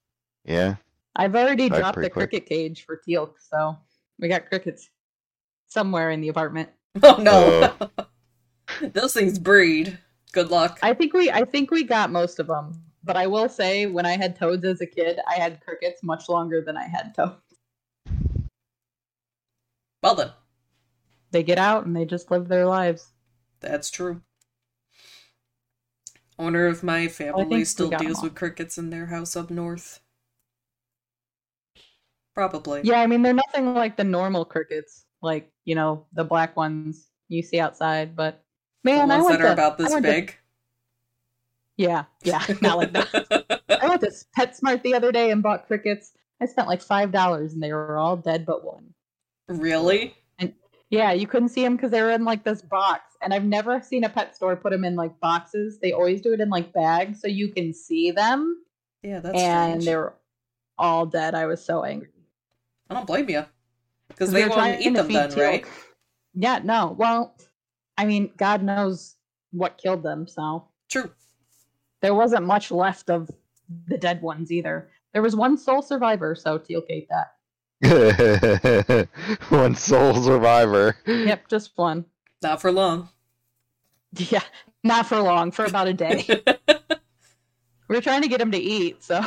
S4: Yeah.
S3: I've already
S4: Alright,
S3: dropped
S4: pretty
S3: the
S4: quick.
S3: cricket cage for teal, so we got crickets somewhere in the apartment.
S2: Oh no,
S4: Uh.
S2: those things breed. Good luck.
S3: I think we I think we got most of them, but I will say when I had toads as a kid, I had crickets much longer than I had toads.
S2: Well then,
S3: They get out and they just live their lives.
S2: that's true. Owner of my
S3: think
S2: family
S3: we
S2: still
S3: got 'em
S2: deals
S3: all.
S2: with crickets in their house up north. Probably.
S3: Yeah, I mean they're nothing like the normal crickets, like you know the black ones you see outside. But
S2: The
S3: man, I
S2: ones
S3: went
S2: that are
S3: to,
S2: about
S3: I
S2: this
S3: went to-
S2: big.
S3: yeah, yeah, not like that. I went to PetSmart the other day and bought crickets. I spent like five dollars and they were all dead but one.
S2: really?
S3: Yeah, you couldn't see them because they were in like this box. And I've never seen a pet store put them in like boxes. They always do it in like bags so you can see them.
S2: Yeah, that's
S3: and
S2: strange.
S3: they were all dead. I was so angry.
S2: I don't blame you. Because
S3: 'Cause
S2: they
S3: were
S2: won't
S3: trying
S2: eat
S3: to
S2: them
S3: feed
S2: then,
S3: teal.
S2: right?
S3: Yeah, no. Well, I mean, God knows what killed them. So
S2: True.
S3: there wasn't much left of the dead ones either. There was one sole survivor, so teal gate that.
S4: one soul survivor.
S2: Hmm.
S3: Yep, just one.
S2: Not for long.
S3: Yeah, not for long, for about a day. we were trying to get him to eat, so.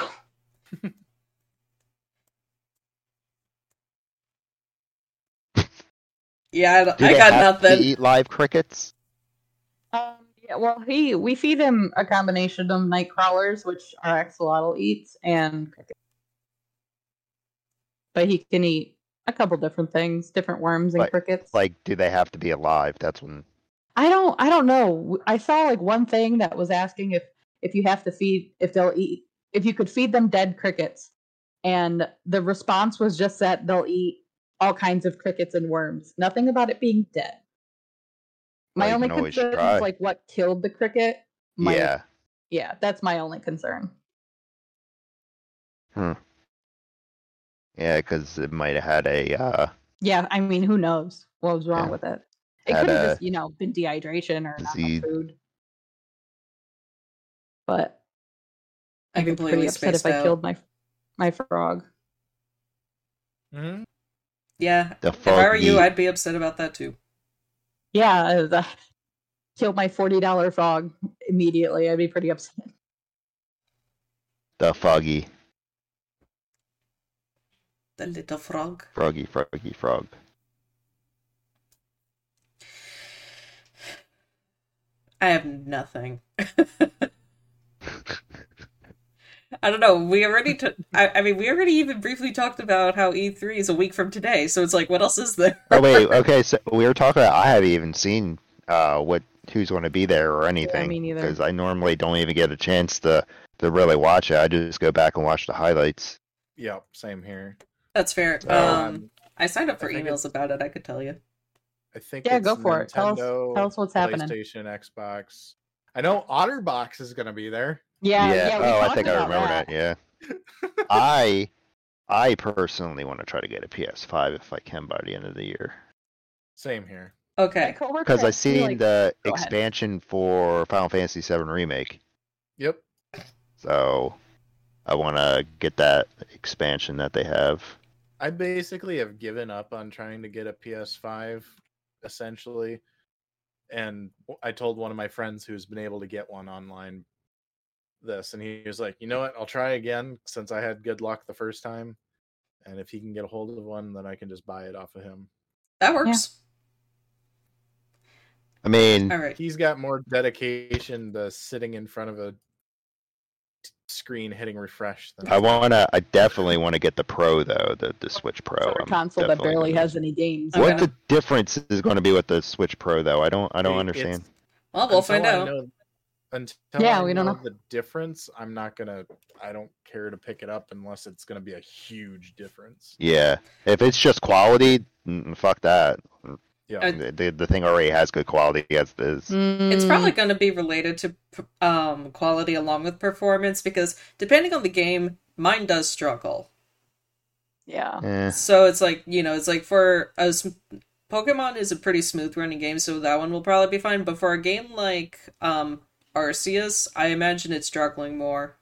S2: yeah, I, don't-
S4: Do
S2: I
S4: they
S2: got
S4: have
S2: nothing.
S4: to eat live crickets?
S3: Um, yeah, well, he we feed him a combination of night crawlers, which our axolotl eats, and crickets. But he can eat a couple different things, different worms and
S4: Like-
S3: crickets.
S4: Like, do they have to be alive? That's when.
S3: I don't, I don't know. I saw like one thing that was asking if if you have to feed if they'll eat if you could feed them dead crickets, and the response was just that they'll eat all kinds of crickets and worms. Nothing about it being dead.
S4: Well,
S3: My
S4: you
S3: only
S4: can always
S3: concern
S4: try.
S3: is like what killed the cricket. My
S4: Yeah.
S3: yeah, that's my only concern.
S4: Yeah, because it might have had a. Uh,
S3: Yeah, I mean, who knows what was wrong
S4: Yeah.
S3: with it? It
S4: Had
S3: could
S4: a
S3: have just, you know, been dehydration or not
S4: disease.
S3: enough food. But
S2: I
S3: I'd be
S2: completely
S3: pretty upset
S2: spaced
S3: if I
S2: out.
S3: killed my my frog.
S1: Mm-hmm.
S2: Yeah.
S4: the
S2: If I were you,
S4: frog
S2: I'd be upset about that too.
S3: Yeah, I was, uh, killed my forty dollar frog immediately. I'd be pretty upset.
S4: The foggy,
S2: The little frog.
S4: froggy, froggy, frog.
S2: I have nothing. I don't know. We already, t- I, I mean, we already even briefly talked about how E3 is a week from today. So it's like, what else is there?
S4: Oh wait, okay. So we were talking. About, I haven't even seen uh, what who's going to be there or anything.
S3: me neither.
S4: Because I normally don't even get a chance to to really watch it. I just go back and watch the highlights.
S1: Yep, same here.
S2: That's fair.
S3: Oh.
S4: Um,
S2: um, I signed up for
S1: Oh, I think
S2: emails about it. I could tell you.
S1: I think
S3: Yeah,
S1: it's
S3: go for it. Tell us,
S1: Nintendo,
S3: tell us what's happening.
S1: PlayStation, Xbox. I know OtterBox is gonna be there.
S3: Yeah, yeah. we
S4: oh, I
S3: talked
S4: think I
S3: about
S4: remember that. Yeah. I I personally want to try to get a PS5 if I can by the end of the year.
S1: Same here.
S3: My
S2: Okay.
S3: coworker
S4: Because I
S3: asked me,
S4: seen
S3: like,
S4: the
S3: go ahead.
S4: expansion for Final Fantasy VII remake,
S1: Yep.
S4: so I want to get that expansion that they have.
S1: I basically have given up on trying to get a PS5 essentially. And w- I told one of my friends who's been able to get one online this, and he was like, "You know what? I'll try again since I had good luck the first time, and if he can get a hold of one, then I can just buy it off of him."
S2: That works.
S4: I mean,
S2: All right.
S1: He's got more dedication to sitting in front of a t- screen hitting refresh than
S4: I want to. I definitely want to get the Pro though, the the Switch Pro.
S3: for a
S4: I'm
S3: console that
S4: definitely
S3: barely
S4: gonna-
S3: has any games.
S2: Okay.
S4: What the difference is going to be with the Switch Pro though? I don't. I don't
S1: It- it's-
S4: understand.
S2: Well, we'll
S1: Until
S2: find
S1: I
S2: out.
S1: know- until
S3: Yeah,
S1: I
S3: we don't know.
S1: the difference. I'm not gonna. I don't care to pick it up unless it's gonna be a huge difference.
S4: Yeah. If it's just quality, mm, fuck that.
S1: Yeah.
S2: Uh,
S4: The, the, the thing already has good quality as it is.
S3: Mm,
S1: Mm.
S2: It's probably going to be related to p- um, quality along with performance because depending on the game, mine does struggle.
S3: yeah.
S4: Eh,
S2: So it's like, you know, it's like for a s- Pokemon is a pretty smooth running game, so that one will probably be fine. But for a game like um, Arceus, I imagine it's struggling more.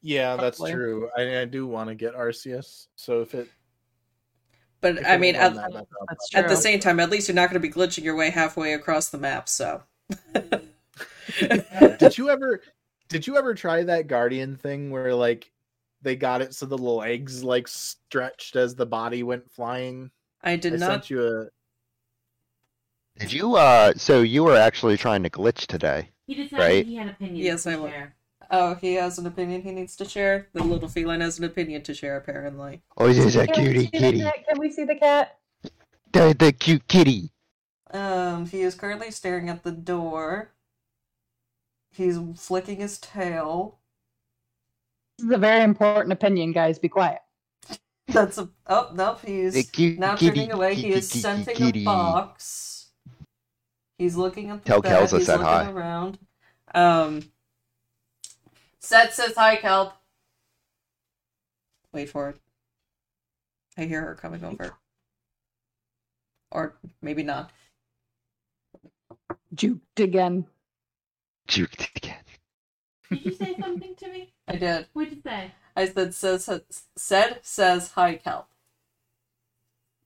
S1: Yeah, that's
S3: Probably.
S1: true. I, I do want to get Arceus. So if it,
S2: But
S1: if
S2: I
S1: it'll
S2: mean,
S1: run
S2: at,
S1: that map, I'll
S3: That's
S1: buy
S2: at
S1: it.
S2: the
S3: true.
S2: same time, at least you're not going to be glitching your way halfway across the map. So
S1: did you ever, did you ever try that Guardian thing where like they got it so the legs like stretched as the body went flying?
S2: I did
S1: I
S2: not.
S1: sent you a.
S4: Did you? Uh. So you were actually trying to glitch today.
S5: He decided
S4: Right?
S5: he had opinions.
S2: Yes,
S5: to
S2: I will.
S5: share.
S2: Oh, he has an opinion he needs to share. The little feline has an opinion to share, apparently.
S4: Oh, there's a
S3: Can we
S4: cutie
S3: see the
S4: kitty.
S3: cat? Can we see the cat?
S4: The, the cute kitty.
S2: Um, he is currently staring at the door. He's flicking his tail.
S3: This is a very important opinion, guys. Be quiet.
S2: That's a oh nope.
S4: The
S2: He's
S4: cute
S2: now
S4: kitty.
S2: turning away. He
S4: kitty,
S2: is
S4: kitty,
S2: scenting a
S4: kitty.
S2: box. He's looking at the
S4: Tell
S2: bed.
S4: Kels I
S2: He's
S4: said
S2: looking
S4: hi.
S2: around. Um, Set says hi, Kelp. Wait for it. I hear her coming over, or maybe not.
S3: Juked again.
S4: Juked again.
S5: Did you say something to me?
S2: I did.
S5: What did you say?
S2: I said says said says hi, Kelp.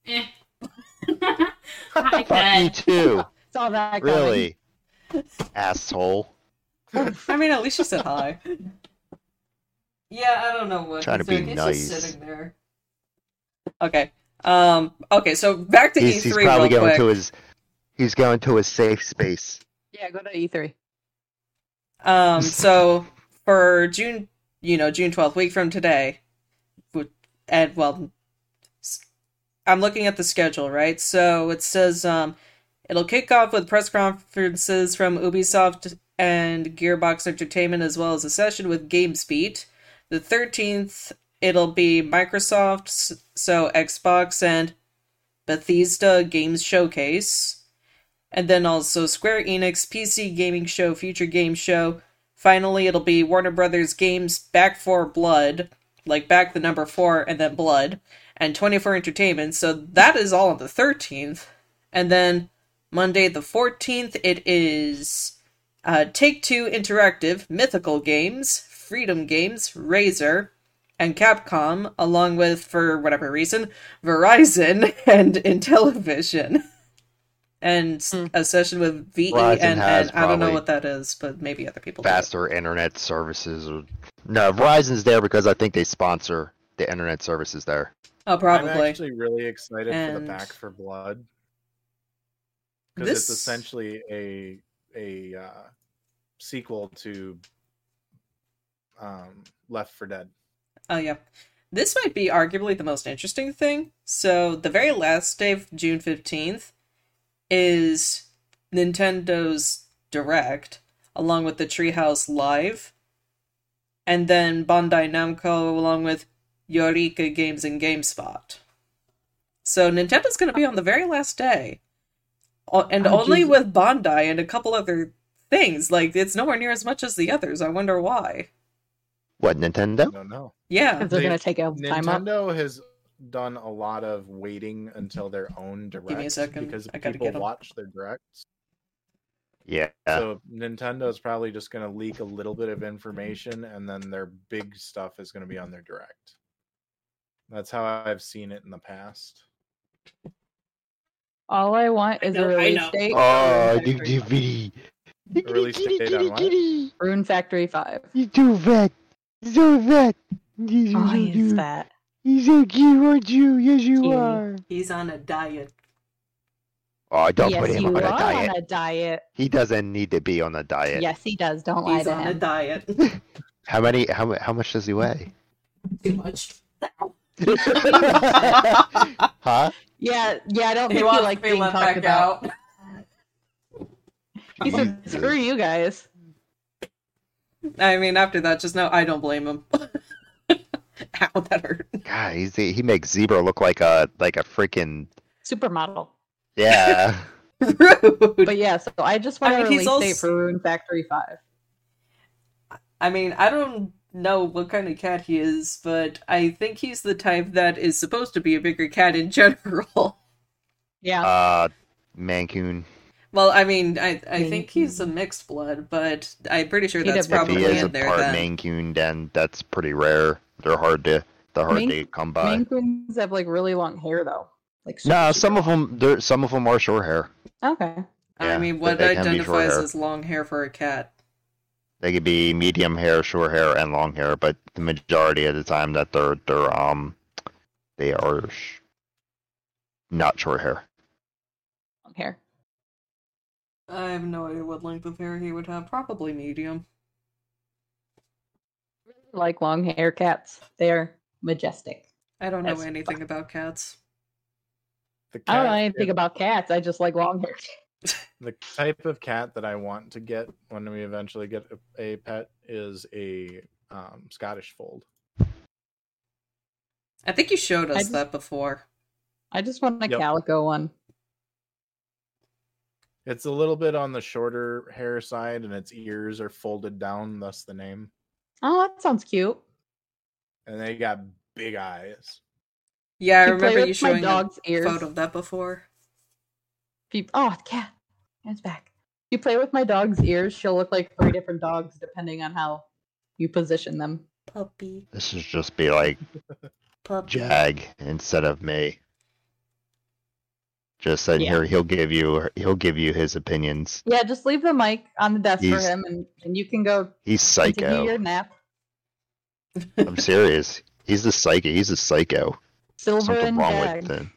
S5: Eh. Hi,
S4: Fuck you
S5: Ted.
S4: too.
S3: Saw that. coming.
S4: Really. Asshole.
S2: I mean, at least she said hi. Yeah, I don't know what
S4: Trying
S2: he's
S4: to be
S2: doing. He's just
S4: nice.
S2: sitting there. Okay. Um. Okay. So back to
S4: He's,
S2: E
S4: he's
S2: three
S4: probably
S2: real
S4: going
S2: quick.
S4: to his. He's going to his safe space.
S3: Yeah, go to E E3.
S2: Um. So for June, you know, June twelfth, week from today, would- and well, s- I'm looking at the schedule, right? So it says um, it'll kick off with press conferences from Ubisoft and Gearbox Entertainment, as well as a session with GameSpeed. The 13th, it'll be Microsoft, s- so Xbox and Bethesda Games Showcase. And then also Square Enix PC Gaming Show, Future Game Show. Finally, it'll be Warner Brothers Games Back for Blood, like back the number 4 and then Blood, and 24 Entertainment. So that is all on the 13th. And then Monday the 14th, it is uh, Take Two Interactive, Mythical Games, Freedom Games, Razer, and Capcom, along with, for whatever reason, Verizon and Intellivision. And s-
S3: Hmm.
S2: a session with VE
S4: Verizon
S2: and
S4: has
S2: I don't know
S4: probably
S2: what that is, but maybe other people do. it.
S4: Faster internet services. Or... No, Verizon's there because I think they sponsor the internet services there.
S2: Oh,
S1: I'm
S2: probably.
S1: actually really excited for the
S2: And-
S1: Back for Blood because
S2: This
S1: it's essentially a a uh, sequel to um, Left for Dead.
S2: Oh yeah. This might be arguably the most interesting thing. So the very last day, June fifteenth, is Nintendo's Direct, along with the Treehouse Live, and then Bandai Namco, along with Yorika Games and GameSpot. So Nintendo's going to be on the very last day, O- and
S3: Oh,
S2: only
S3: Jesus.
S2: with Bandai and a couple other things. Like it's nowhere near as much as the others. I wonder why.
S4: What Nintendo?
S1: No, no.
S2: Yeah.
S3: Because they're
S1: They-
S3: gonna take a time up.
S1: Nintendo has done a lot of waiting until their own direct
S2: me a second,
S1: because
S2: I gotta
S1: people
S2: get 'em.
S1: watch their directs.
S4: Yeah.
S1: So Nintendo's probably just going to leak a little bit of information, and then their big stuff is going to be on their direct. That's how I've seen it in the past.
S3: All I want is
S2: know, I
S3: a release
S2: know.
S3: date. for
S4: Ah,
S3: Rune
S4: dig
S3: Factory
S4: dig
S3: five.
S4: bitty. Dig
S1: Release
S4: dig
S1: date
S4: dig
S1: on what?
S4: dig.
S3: Rune Factory Five.
S4: You do that. You do that. Yes,
S3: Oh,
S4: you
S3: is
S4: do.
S3: that?
S4: You're so cute, aren't you? Yes, you
S3: Cute.
S4: are.
S2: He's on a diet.
S4: Oh, don't
S3: yes,
S4: put him
S3: you
S4: on a
S3: are
S4: diet.
S3: on a diet.
S4: He doesn't need to be on a diet.
S3: Yes, he does. Don't lie
S2: He's
S3: to
S2: on a
S3: him.
S2: diet.
S4: How many? How mu- how much does he weigh?
S2: Too much.
S4: huh?
S3: Yeah, yeah. I don't
S2: He
S3: think he
S2: wants
S3: likes
S2: to be
S3: being
S2: let
S3: talked
S2: back
S3: about.
S2: out.
S3: He says,
S4: Jesus.
S3: "Screw you guys."
S2: I mean, after that, just know I don't blame him. Ow, that hurt.
S4: God, he's, he makes zebra look like a like a freaking
S3: Supermodel.
S4: yeah.
S2: Rude.
S3: But yeah, so I just want
S2: I
S3: a
S2: mean, he's
S3: release
S2: also-
S3: date for Rune Factory Five.
S2: I mean, I don't know what kind of cat he is, but I think he's the type that is supposed to be a bigger cat in general.
S3: Yeah.
S4: uh, Mancoon.
S2: Well, I mean, I I
S3: Maybe.
S2: think he's a mixed blood, but I'm pretty sure
S3: He
S2: that's
S3: did make
S4: If
S2: probably
S4: he is a
S2: in there
S4: part
S2: then.
S4: Mancoon, then that's pretty rare. They're hard to they're hard
S3: Manc-
S4: to come by.
S3: Maine Coons have like really long hair though. Like super,
S4: Uh, no,
S3: super
S4: some of them there some of them are short hair.
S3: long. Okay.
S2: I
S4: Yeah,
S2: mean,
S4: but
S2: what
S4: they can be
S2: identifies
S4: short-haired.
S2: as long hair for a cat?
S4: They could be medium hair, short hair, and long hair, but the majority of the time that they're they're um they are sh- not short hair.
S3: Long hair.
S2: I have no idea what length of hair he would have. Probably medium.
S3: Like long hair cats. They're majestic.
S2: I don't know
S3: That's-
S2: anything about cats.
S1: The
S3: I don't know
S1: cat-
S3: anything about cats. I just like long hair.
S1: the type of cat that I want to get when we eventually get a, a pet is a um, Scottish Fold.
S2: I think you showed us
S3: just-
S2: that before.
S3: I just want a
S1: Yep.
S3: calico one.
S1: It's a little bit on the shorter hair side, and its ears are folded down, thus the name.
S3: Oh, that sounds cute.
S1: And they got big eyes.
S2: Yeah, I
S3: You play
S2: remember
S3: with
S2: you
S3: my
S2: showing a
S3: dog's ears.
S2: photo of that before.
S3: Peep- oh, the cat. It's back. You play with my dog's ears, she'll look like three different dogs depending on how you position them.
S2: Puppy,
S4: This should just be like
S2: puppy.
S4: Jag instead of me. Just sitting
S3: Yeah.
S4: here, he'll give you he'll give you his opinions.
S3: Yeah, just leave the mic on the desk
S4: He's
S3: for him and, and you can go
S4: He's
S3: continue your
S4: psycho.
S3: nap.
S4: I'm serious. He's a psycho. He's a psycho.
S3: Silver
S4: something
S3: and
S4: wrong
S3: Jag.
S4: with him.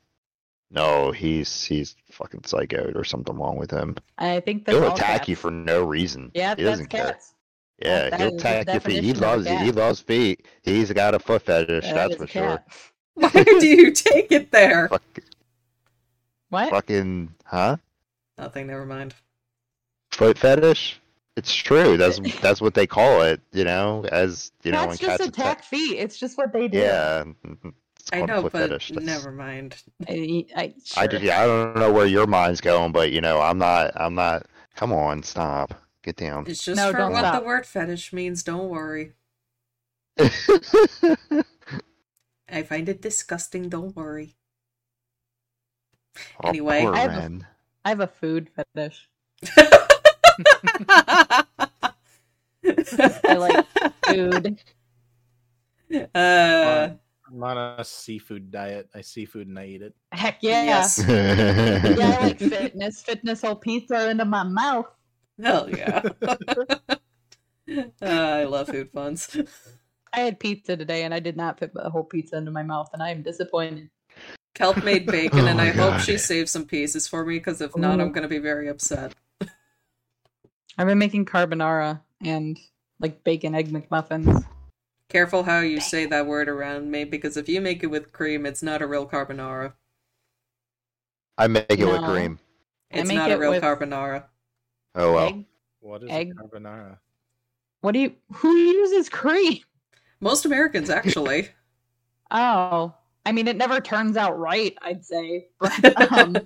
S4: No, he's he's fucking psycho or something wrong with him.
S3: I think that's
S4: He'll
S3: all
S4: attack
S3: cats.
S4: you for no reason.
S3: Yeah,
S4: he
S3: that's
S4: doesn't care.
S3: cats.
S4: Yeah,
S3: That
S4: he'll
S3: is the
S4: attack your feet. He
S3: definition of a
S4: loves it. He
S3: cat.
S4: loves feet. He's got a foot fetish.
S3: That
S4: that's
S3: is a
S4: for sure.
S3: cat.
S2: Why do you take it there?
S4: Fuck,
S3: What?
S4: fucking huh?
S2: Nothing, never mind.
S4: Foot fetish. It's true. That's that's what they call it. You know, as you know,
S3: cats
S4: when
S3: just
S4: cats
S3: attack feet. It's just what they do.
S4: Yeah, mm, it's
S2: I
S4: called
S2: know,
S4: foot
S2: but
S4: fetish. That's-
S2: never mind.
S3: I, I,
S4: I
S3: sure.
S4: did. I don't know where your mind's going, but you know, I'm not. I'm not. Come on, stop. Get down.
S2: It's just
S3: No,
S2: for
S3: don't
S2: what
S3: stop.
S2: the word fetish means, don't worry. I find it disgusting, don't worry.
S4: Oh,
S2: Anyway,
S4: poor
S3: I have a-
S4: Ren.
S3: I have a food fetish.
S2: I
S3: like- Food.
S2: Uh,
S1: Um, I'm on a seafood diet. I seafood and I eat it.
S3: Heck yeah.
S2: Yes.
S3: Yeah, I like fitness. Fitness whole pizza into my mouth.
S2: Hell yeah. Uh, I love food puns.
S3: I had pizza today and I did not fit a whole pizza into my mouth and I am disappointed.
S2: Kelp made bacon,
S4: Oh
S2: and I
S4: my
S2: hope
S4: God.
S2: she saves some pieces for me, because if not, I'm going to be very upset.
S3: I've been making carbonara and like bacon egg McMuffins.
S2: Careful how you say that word around me, because if you make it with cream, it's not a real carbonara.
S4: I make it with
S3: No.
S4: cream.
S3: I
S2: It's
S3: make
S2: not a
S3: it
S2: real
S3: with-
S2: carbonara.
S4: Oh well.
S3: Egg?
S1: What is a
S3: Egg.
S1: carbonara?
S3: What do you who uses cream?
S2: Most Americans, actually.
S3: Oh, I mean, it never turns out right, I'd say. But um,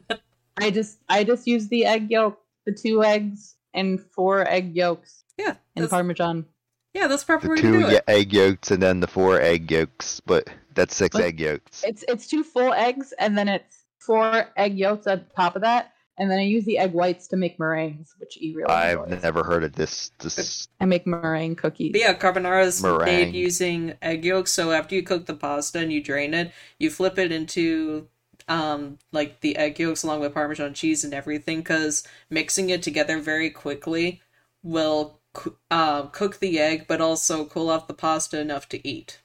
S3: I just, I just use the egg yolk, the two eggs, and four egg yolks
S2: yeah,
S3: and
S2: that's,
S3: parmesan.
S2: yeah, that's the proper
S4: The
S2: way
S4: two
S2: to do
S4: y-
S2: it.
S4: egg yolks and then the four egg yolks, but that's six
S3: But-
S4: egg yolks.
S3: It's it's two full eggs, and then it's four egg yolks on top of that, and then I use the egg whites to make meringues, which you really
S4: I've
S3: enjoys.
S4: never heard of this. This
S3: I make meringue cookies.
S2: But yeah, carbonara's
S4: Meringue.
S2: made using egg yolks. So after you cook the pasta and you drain it, you flip it into um like the egg yolks along with parmesan cheese and everything because mixing it together very quickly will coo- uh, cook the egg but also cool off the pasta enough to eat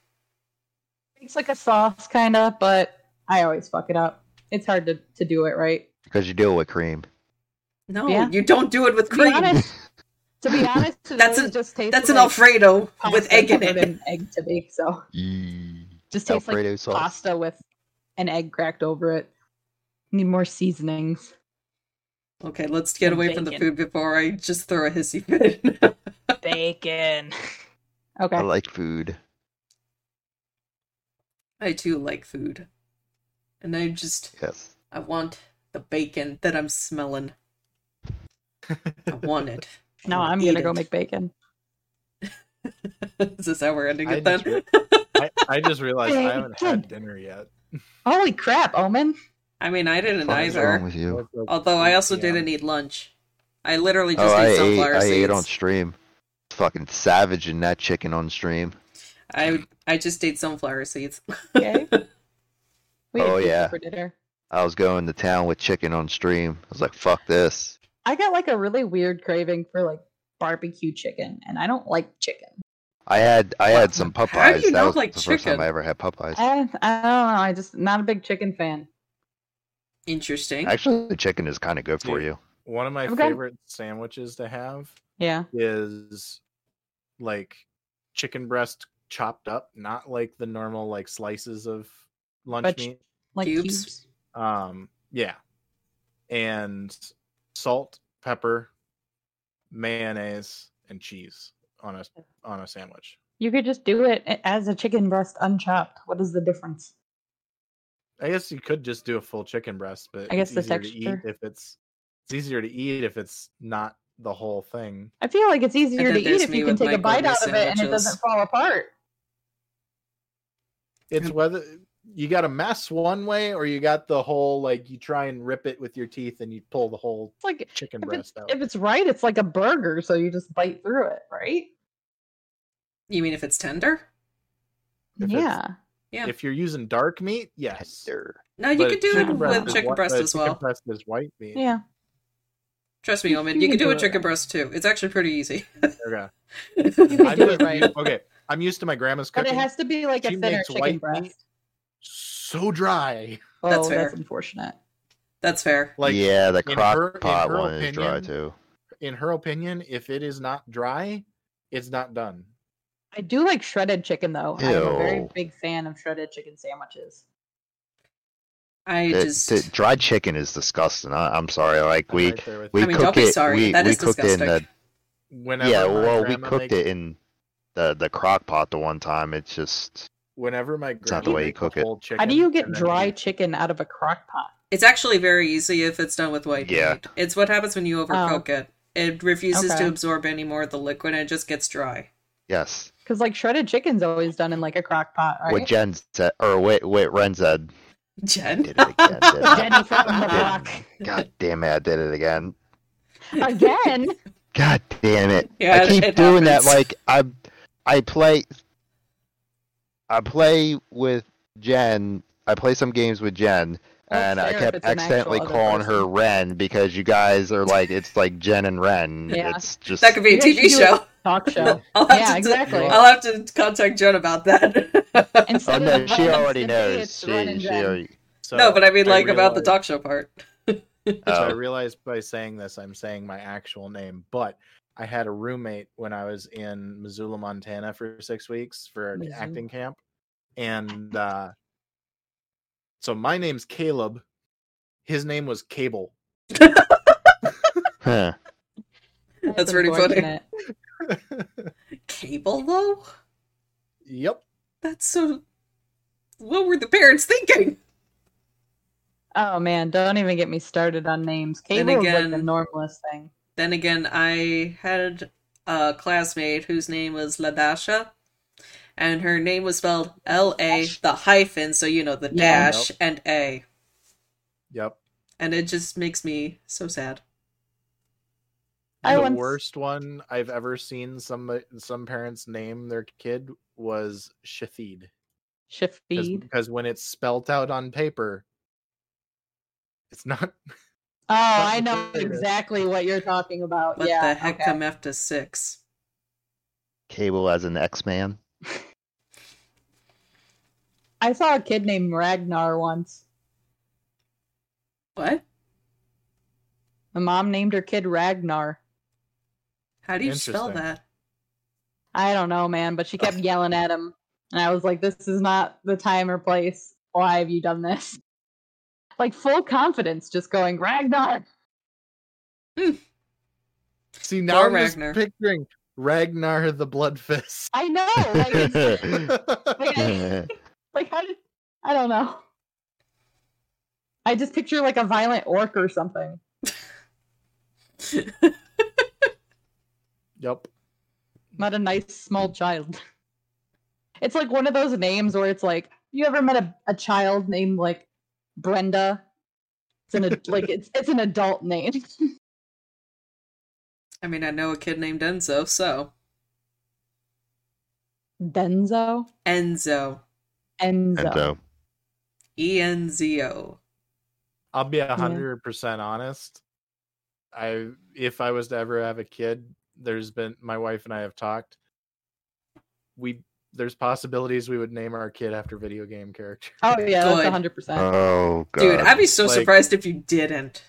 S3: It's like a sauce kind of, but I always fuck it up. It's hard to, to do it right.
S4: because you deal with cream.
S2: no
S3: Yeah.
S2: you don't do it with
S3: To be
S2: cream
S3: honest, to be honest, it
S2: That's
S3: really
S2: an-
S3: just tastes
S2: that's an
S3: like
S2: alfredo
S3: pasta
S2: with egg in
S3: covered
S2: it
S3: in egg to me, so
S4: Yee.
S3: just tastes like
S4: Alfredo sauce.
S3: pasta with an egg cracked over it. Need more seasonings.
S2: okay let's get
S3: And
S2: away from the
S3: bacon.
S2: food before i just throw a hissy fit
S3: Bacon. Okay.
S4: I like food.
S2: i too like food and i just
S4: Yes.
S2: i want the bacon that i'm smelling i want it I
S3: now
S2: wanna
S3: I'm
S2: eat
S3: gonna go
S2: it.
S3: make bacon.
S2: is this how we're ending
S1: I
S2: it then?
S1: just I, I just realized I haven't had dinner yet.
S3: Holy crap, Omen!
S2: I mean, I didn't
S4: What is wrong
S2: either.
S4: with you?
S3: Oh,
S2: Although I also didn't eat lunch. I literally just
S4: oh, I
S2: ate
S4: ate,
S2: sunflower
S4: I ate
S2: seeds.
S4: on stream. Fucking savage in that chicken on stream.
S2: I I just ate sunflower seeds.
S3: Okay. We had
S4: Oh,
S3: pizza
S4: yeah.
S3: For dinner.
S4: I was going to town with chicken on stream. I was like, fuck this.
S3: I got like a really weird craving for like barbecue chicken, and I don't like chicken.
S4: I had I had some Popeyes.
S2: How do you
S4: that
S2: not
S4: was
S2: like
S4: the first time
S2: chicken?
S4: I ever had Popeyes.
S3: I, I don't know. I just not a big chicken fan.
S2: Interesting.
S4: Actually, the chicken is kind of good for
S1: Dude.
S4: you.
S1: One of my
S3: Okay.
S1: favorite sandwiches to have
S3: Yeah.
S1: is like chicken breast chopped up, not like the normal like slices of lunch
S3: But-
S1: meat.
S3: Like
S2: Cubes?
S3: cubes.
S1: Um, yeah, and salt, pepper, mayonnaise, and cheese on a on a sandwich.
S3: You could just do it a- as a chicken breast unchopped. What is the difference?
S1: I guess you could just do a full chicken breast, but
S3: I guess
S1: it's
S3: the
S1: easier
S3: texture.
S1: to eat if it's it's easier to eat if it's not the whole thing.
S3: I feel like it's easier
S2: then
S3: to eat
S2: there's
S3: if
S2: me
S3: you can
S2: with
S3: take a
S2: microwave
S3: bite out of it and it
S2: sandwiches.
S3: doesn't fall apart.
S1: It's
S2: Mm.
S1: whether you got a mess one way or you got the whole like you try and rip it with your teeth and you pull the whole
S3: It's like
S1: chicken
S3: if it's,
S1: breast out.
S3: if it's right, it's like a burger, so you just bite through it, right?
S2: You mean if it's tender?
S1: If it's-
S3: yeah.
S2: yeah.
S1: If you're using dark meat, yes.
S4: Tender.
S2: No, you
S1: But
S2: could do it
S3: chicken breast
S2: with
S1: is
S2: chicken
S1: white-
S2: breast
S1: but
S2: as
S1: Chicken
S2: well.
S1: breast is white meat.
S3: Yeah.
S2: Trust me, Omen,
S3: you
S2: you
S3: can
S2: could do
S3: do
S2: a
S3: it
S2: chicken
S3: right.
S2: breast too. It's actually pretty easy.
S1: Okay.
S3: You
S1: I'm
S3: do
S1: just-
S3: it right.
S1: okay. I'm used to my grandma's
S3: But
S1: cooking.
S3: it has to be like a
S1: She
S3: thinner
S1: makes
S3: chicken
S1: white
S3: breast.
S1: meat. so dry.
S3: Oh,
S2: That's
S3: that's,
S2: fair.
S3: unfortunate.
S2: That's fair.
S1: Like
S4: yeah, the
S1: in
S4: crock
S1: her- in
S4: pot
S1: her
S4: one is dry
S1: opinion-
S4: too.
S1: in her opinion, if it is not dry, it's not done.
S3: I do like shredded chicken though. I'm a very
S4: Ew.
S3: big fan of shredded chicken sandwiches.
S2: I
S4: It-
S2: just
S4: it- dried chicken is disgusting. I, I'm sorry. Like
S1: I'm
S4: we
S1: right there with
S4: we
S1: you.
S2: I mean, don't
S4: cook
S2: be
S4: it.
S2: sorry,
S4: We,
S2: that
S4: we
S2: is
S4: cooked it in
S2: disgusting.
S4: the
S1: whenever
S4: yeah.
S1: my
S4: Well, we
S1: grandma
S4: cooked
S1: makes-
S4: it in the the crock pot the one time. It's just
S1: whenever my grandma
S4: not the way you
S1: makes a
S4: cook it.
S1: whole chicken.
S3: How do you get
S1: and then
S3: dry
S1: eat-
S3: chicken out of a crock pot?
S2: It's actually very easy if it's done with white
S4: Yeah.
S2: meat. It's what happens when you overcook it. It refuses
S3: Oh. Okay.
S2: to absorb any more of the liquid and it just gets dry.
S4: yes.
S3: Because like shredded chicken's always done in like a crock pot, right?
S4: What Jen said, or what what Ren said,
S2: Jen.
S4: did it again. didn't I?
S3: Jenny from the
S4: Didn't.
S3: block
S4: God damn it! I did it again.
S3: again.
S4: God damn it!
S2: Yeah,
S4: I
S2: it-
S4: keep
S2: it
S4: doing
S2: happens.
S4: that. Like I, I play, I play with Jen. I play some games with Jen,
S3: Well,
S4: and
S3: it's
S4: I
S3: fair if
S4: kept
S3: it's an actual
S4: accidentally
S3: other
S4: calling her
S3: person.
S4: Ren because you guys are like it's like Jen and Ren.
S3: Yeah.
S4: It's just
S2: That could be a
S3: You guys
S2: TV
S3: should do
S2: show.
S3: Talk show.
S2: I'll have
S3: yeah,
S2: to
S3: exactly.
S2: I'll have to contact Joan about that.
S4: Oh
S3: Instead
S4: no,
S3: of
S4: she
S3: Ren,
S4: already
S3: it's gonna be
S4: knows.
S3: it's
S4: She,
S3: Ren and
S4: she
S3: Jen.
S4: already.
S1: So
S2: no, but I mean, like, about the
S1: realized-
S2: talk show part.
S1: So I
S4: Oh,
S1: realized by saying this, I'm saying my actual name, but I had a roommate when I was in Missoula, Montana for six weeks for an
S3: Missoula.
S1: acting camp. And uh, so my name's Caleb. His name was Cable.
S4: huh.
S2: That's pretty funny.
S3: unfortunate.
S2: Cable, though?
S1: Yep.
S2: That's so. What were the parents thinking?
S3: Oh man, don't even get me started on names.
S2: And
S3: Cable was like the
S2: again-
S3: normalest thing.
S2: Then again, I had a classmate whose name was Ladasha, and her name was spelled L A, the hyphen, so you know, the
S3: Yeah.
S2: dash and A.
S1: Yep.
S2: And it just makes me so sad.
S3: I
S1: the
S3: once-
S1: worst one I've ever seen some some parents name their kid was Shafid.
S3: Shafid.
S1: Because when it's spelt out on paper,
S6: It's not.
S3: Oh, I know
S1: Complicated.
S3: exactly what you're talking about.
S2: What
S3: yeah.
S2: the heck
S3: okay.
S2: come after six?
S4: Cable as an X Man.
S3: I saw a kid named Ragnar once.
S2: What?
S3: The mom named her kid Ragnar.
S2: How do you spell
S1: Interesting.
S2: that?
S3: I don't know, man, but she kept yelling at him. And I was like, this is not the time or place. Why have you done this? Like full confidence, just going, Ragnar.
S6: See now I'm just
S2: Ragnar.
S6: picturing Ragnar the Blood Fist.
S3: I know. Like, it's- like, I,
S4: That's
S3: like how did I don't know. I just picture like a violent orc or something.
S1: Yep.
S3: not a nice small child. It's like one of those names where it's like, you ever met a, a child named like Brenda? It's an ad- like it's it's an adult name.
S2: I mean, I know a kid named Enzo, so
S3: Denzo,
S2: Enzo,
S3: Enzo.
S2: E N Z O.
S1: I'll be a hundred percent honest. I if I was to ever have a kid, there's been my wife and I have talked. We there's possibilities we would name our kid after video game character.
S3: Oh yeah, that's
S2: Good.
S3: a hundred
S1: Uh,
S3: percent.
S4: Oh god.
S2: Dude, I'd be so
S1: Like-
S2: surprised if you didn't.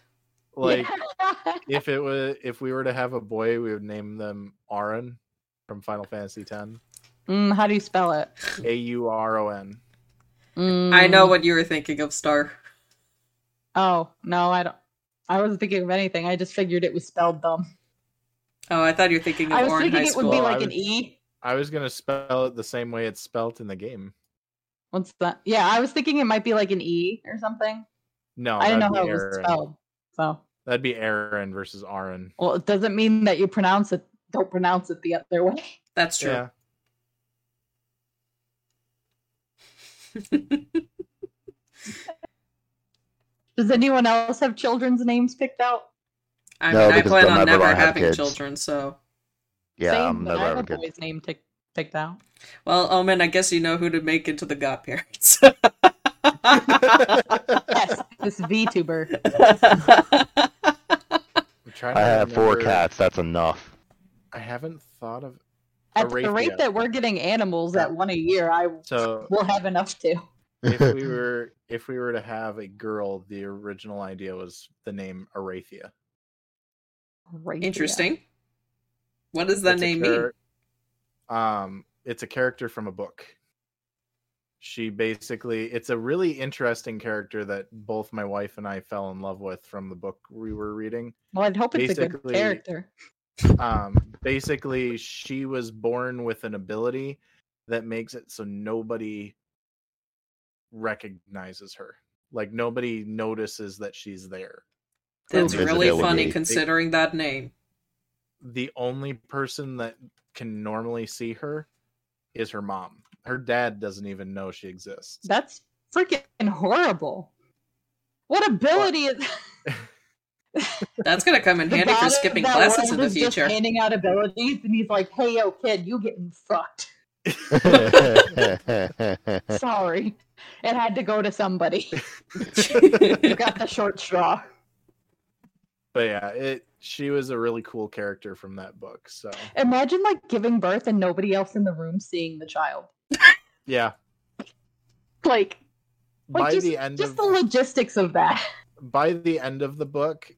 S1: Like if it was if we were to have a boy, we would name them Auron from Final Fantasy X.
S3: mm, how do you spell it?
S1: A U R O N.
S2: I know
S3: Mm,
S2: what you were thinking of, Star.
S3: Oh no, I don't. I wasn't thinking of anything. I just figured it was spelled dumb.
S2: Oh, I thought you were thinking
S3: I
S2: of
S3: was
S2: Orange
S3: thinking
S2: High
S3: it would
S2: School.
S3: be
S1: Well, I
S3: like an
S1: would-
S3: E.
S1: I was gonna spell it the same way it's spelt in the game.
S3: What's that? Yeah, I was thinking it might be like an E or something.
S1: No,
S3: I didn't know
S1: Oh, that'd
S3: how
S1: be
S3: it was
S1: Aaron.
S3: spelled. So
S1: That'd be Aaron versus Aaron.
S3: Well, it doesn't mean that you pronounce it. Don't pronounce it the other way.
S2: That's true.
S1: Yeah.
S3: Does anyone else have children's names picked out?
S2: I
S4: No,
S2: mean, I
S4: because
S2: plan
S4: they'll
S2: on
S4: never
S2: never
S4: have
S2: having
S4: kids.
S2: children, so.
S4: Yeah,
S3: Same,
S1: um,
S4: I'm
S3: but
S4: never
S3: I have
S4: ever
S3: a
S4: good.
S3: boy's name tick, picked out.
S2: Well, Omen, I guess you know who to make into the godparents.
S3: Yes, this VTuber.
S1: I'm trying
S4: I have four
S1: remember-
S4: cats. That's enough.
S1: I haven't thought of
S3: At the
S1: Arathia.
S3: rate that we're getting animals at one a year, I
S1: so
S3: will have enough to.
S1: if we were if we were to have a girl, the original idea was the name Arathia.
S3: Arathia.
S2: Interesting. What does that
S1: It's a
S2: name
S1: char- Um, it's a character from a book. She basically, it's a really interesting character that both my wife and I fell in love with from the book we were reading.
S3: Well, I'd hope it's a
S1: Basically-
S3: good character.
S1: Um, basically, she was born with an ability that makes it so nobody recognizes her. Like nobody notices that she's there.
S2: mean? That's
S4: Ooh.
S2: really funny
S4: Visibility.
S2: considering that name.
S1: the only person that can normally see her is her mom. Her dad doesn't even know she exists.
S3: That's freaking horrible. What ability is
S2: That's going to come in
S3: the
S2: handy for
S3: god
S2: skipping
S3: that
S2: classes
S3: world
S2: in the
S3: is just
S2: future.
S3: handing out abilities, and he's like, "Hey, yo, kid, you getting fucked." Sorry. It had to go to somebody. You got the short straw.
S1: But yeah, it she was a really cool character from that book. So
S3: Imagine like giving birth and nobody else in the room seeing the child.
S1: yeah.
S3: Like, like
S1: by
S3: just,
S1: the end
S3: just
S1: of
S3: the logistics of that.
S1: by the end of the book,